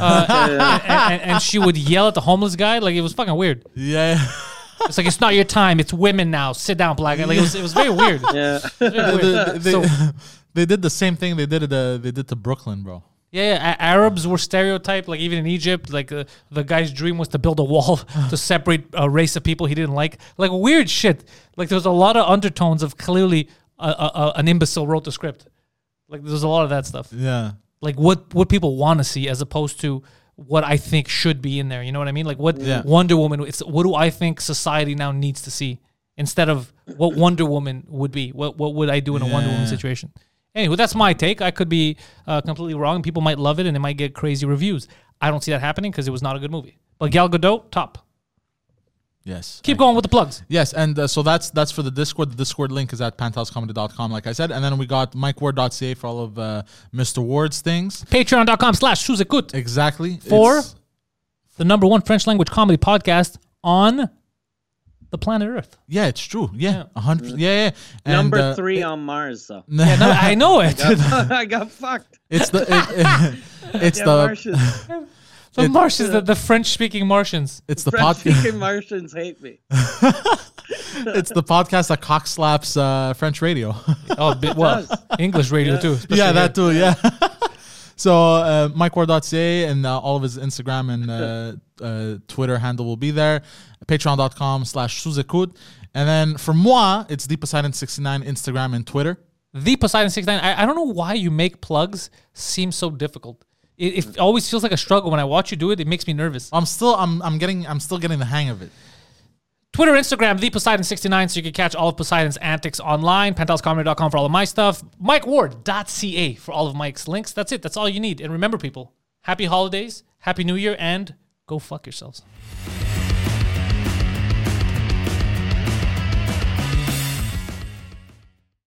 uh, and, and, and she would yell at the homeless guy. Like it was fucking weird. Yeah. It's like it's not your time. It's women now. Sit down, black guy. Like it was, it was very weird. yeah. Very weird. they, they did the same thing they did at, uh, they did to Brooklyn, bro. Yeah, yeah, A- Arabs were stereotyped. Like even in Egypt, like uh, the guy's dream was to build a wall to separate a race of people he didn't like. Like weird shit. Like there was a lot of undertones of clearly uh, uh, uh, an imbecile wrote the script. Like there's a lot of that stuff. Yeah. Like what what people want to see as opposed to what I think should be in there. You know what I mean? Like what Yeah. Wonder Woman. It's what do I think society now needs to see instead of what Wonder Woman would be. What what would I do in a Wonder Woman Yeah. situation? Anyway, that's my take. I could be uh, completely wrong. People might love it and it might get crazy reviews. I don't see that happening because it was not a good movie. But Gal Gadot, top. Yes. Keep going with the plugs. Yes, and uh, so that's that's for the Discord. The Discord link is at panteliscomedy.com, like I said. And then we got mikeward.ca for all of uh, Mr. Ward's things. Patreon.com slash Suzekut, Exactly. For? It's- the number one French language comedy podcast on the planet Earth. yeah, it's true. Yeah, a 100 Yeah, yeah. And, Number uh, three on Mars though. Yeah, no, I know it. I got fucked. It's the it- it's Yeah, the Martians. The Martians, the, the French speaking Martians. it's the French podcast. speaking Martians hate me. it's the podcast that cock slaps uh, French radio. Oh, bi- well, English radio too. especially yeah, here. that too. Yeah. so uh, mikeward.ca and uh, all of his Instagram and uh, uh, Twitter handle will be there. Patreon.com slash Suzekut. And then for moi, it's Deep Poseidon69 Instagram and Twitter. The Poseidon 69. I, I don't know why you make plugs seem so difficult. It, it always feels like a struggle. When I watch you do it, it makes me nervous. I'm still I'm I'm getting I'm still getting the hang of it. Twitter, Instagram, the Poseidon69, so you can catch all of Poseidon's antics online. PenthouseComedy.com for all of my stuff. MikeWard.ca for all of Mike's links. That's it. That's all you need. And remember, people, happy holidays, happy new year, and go fuck yourselves.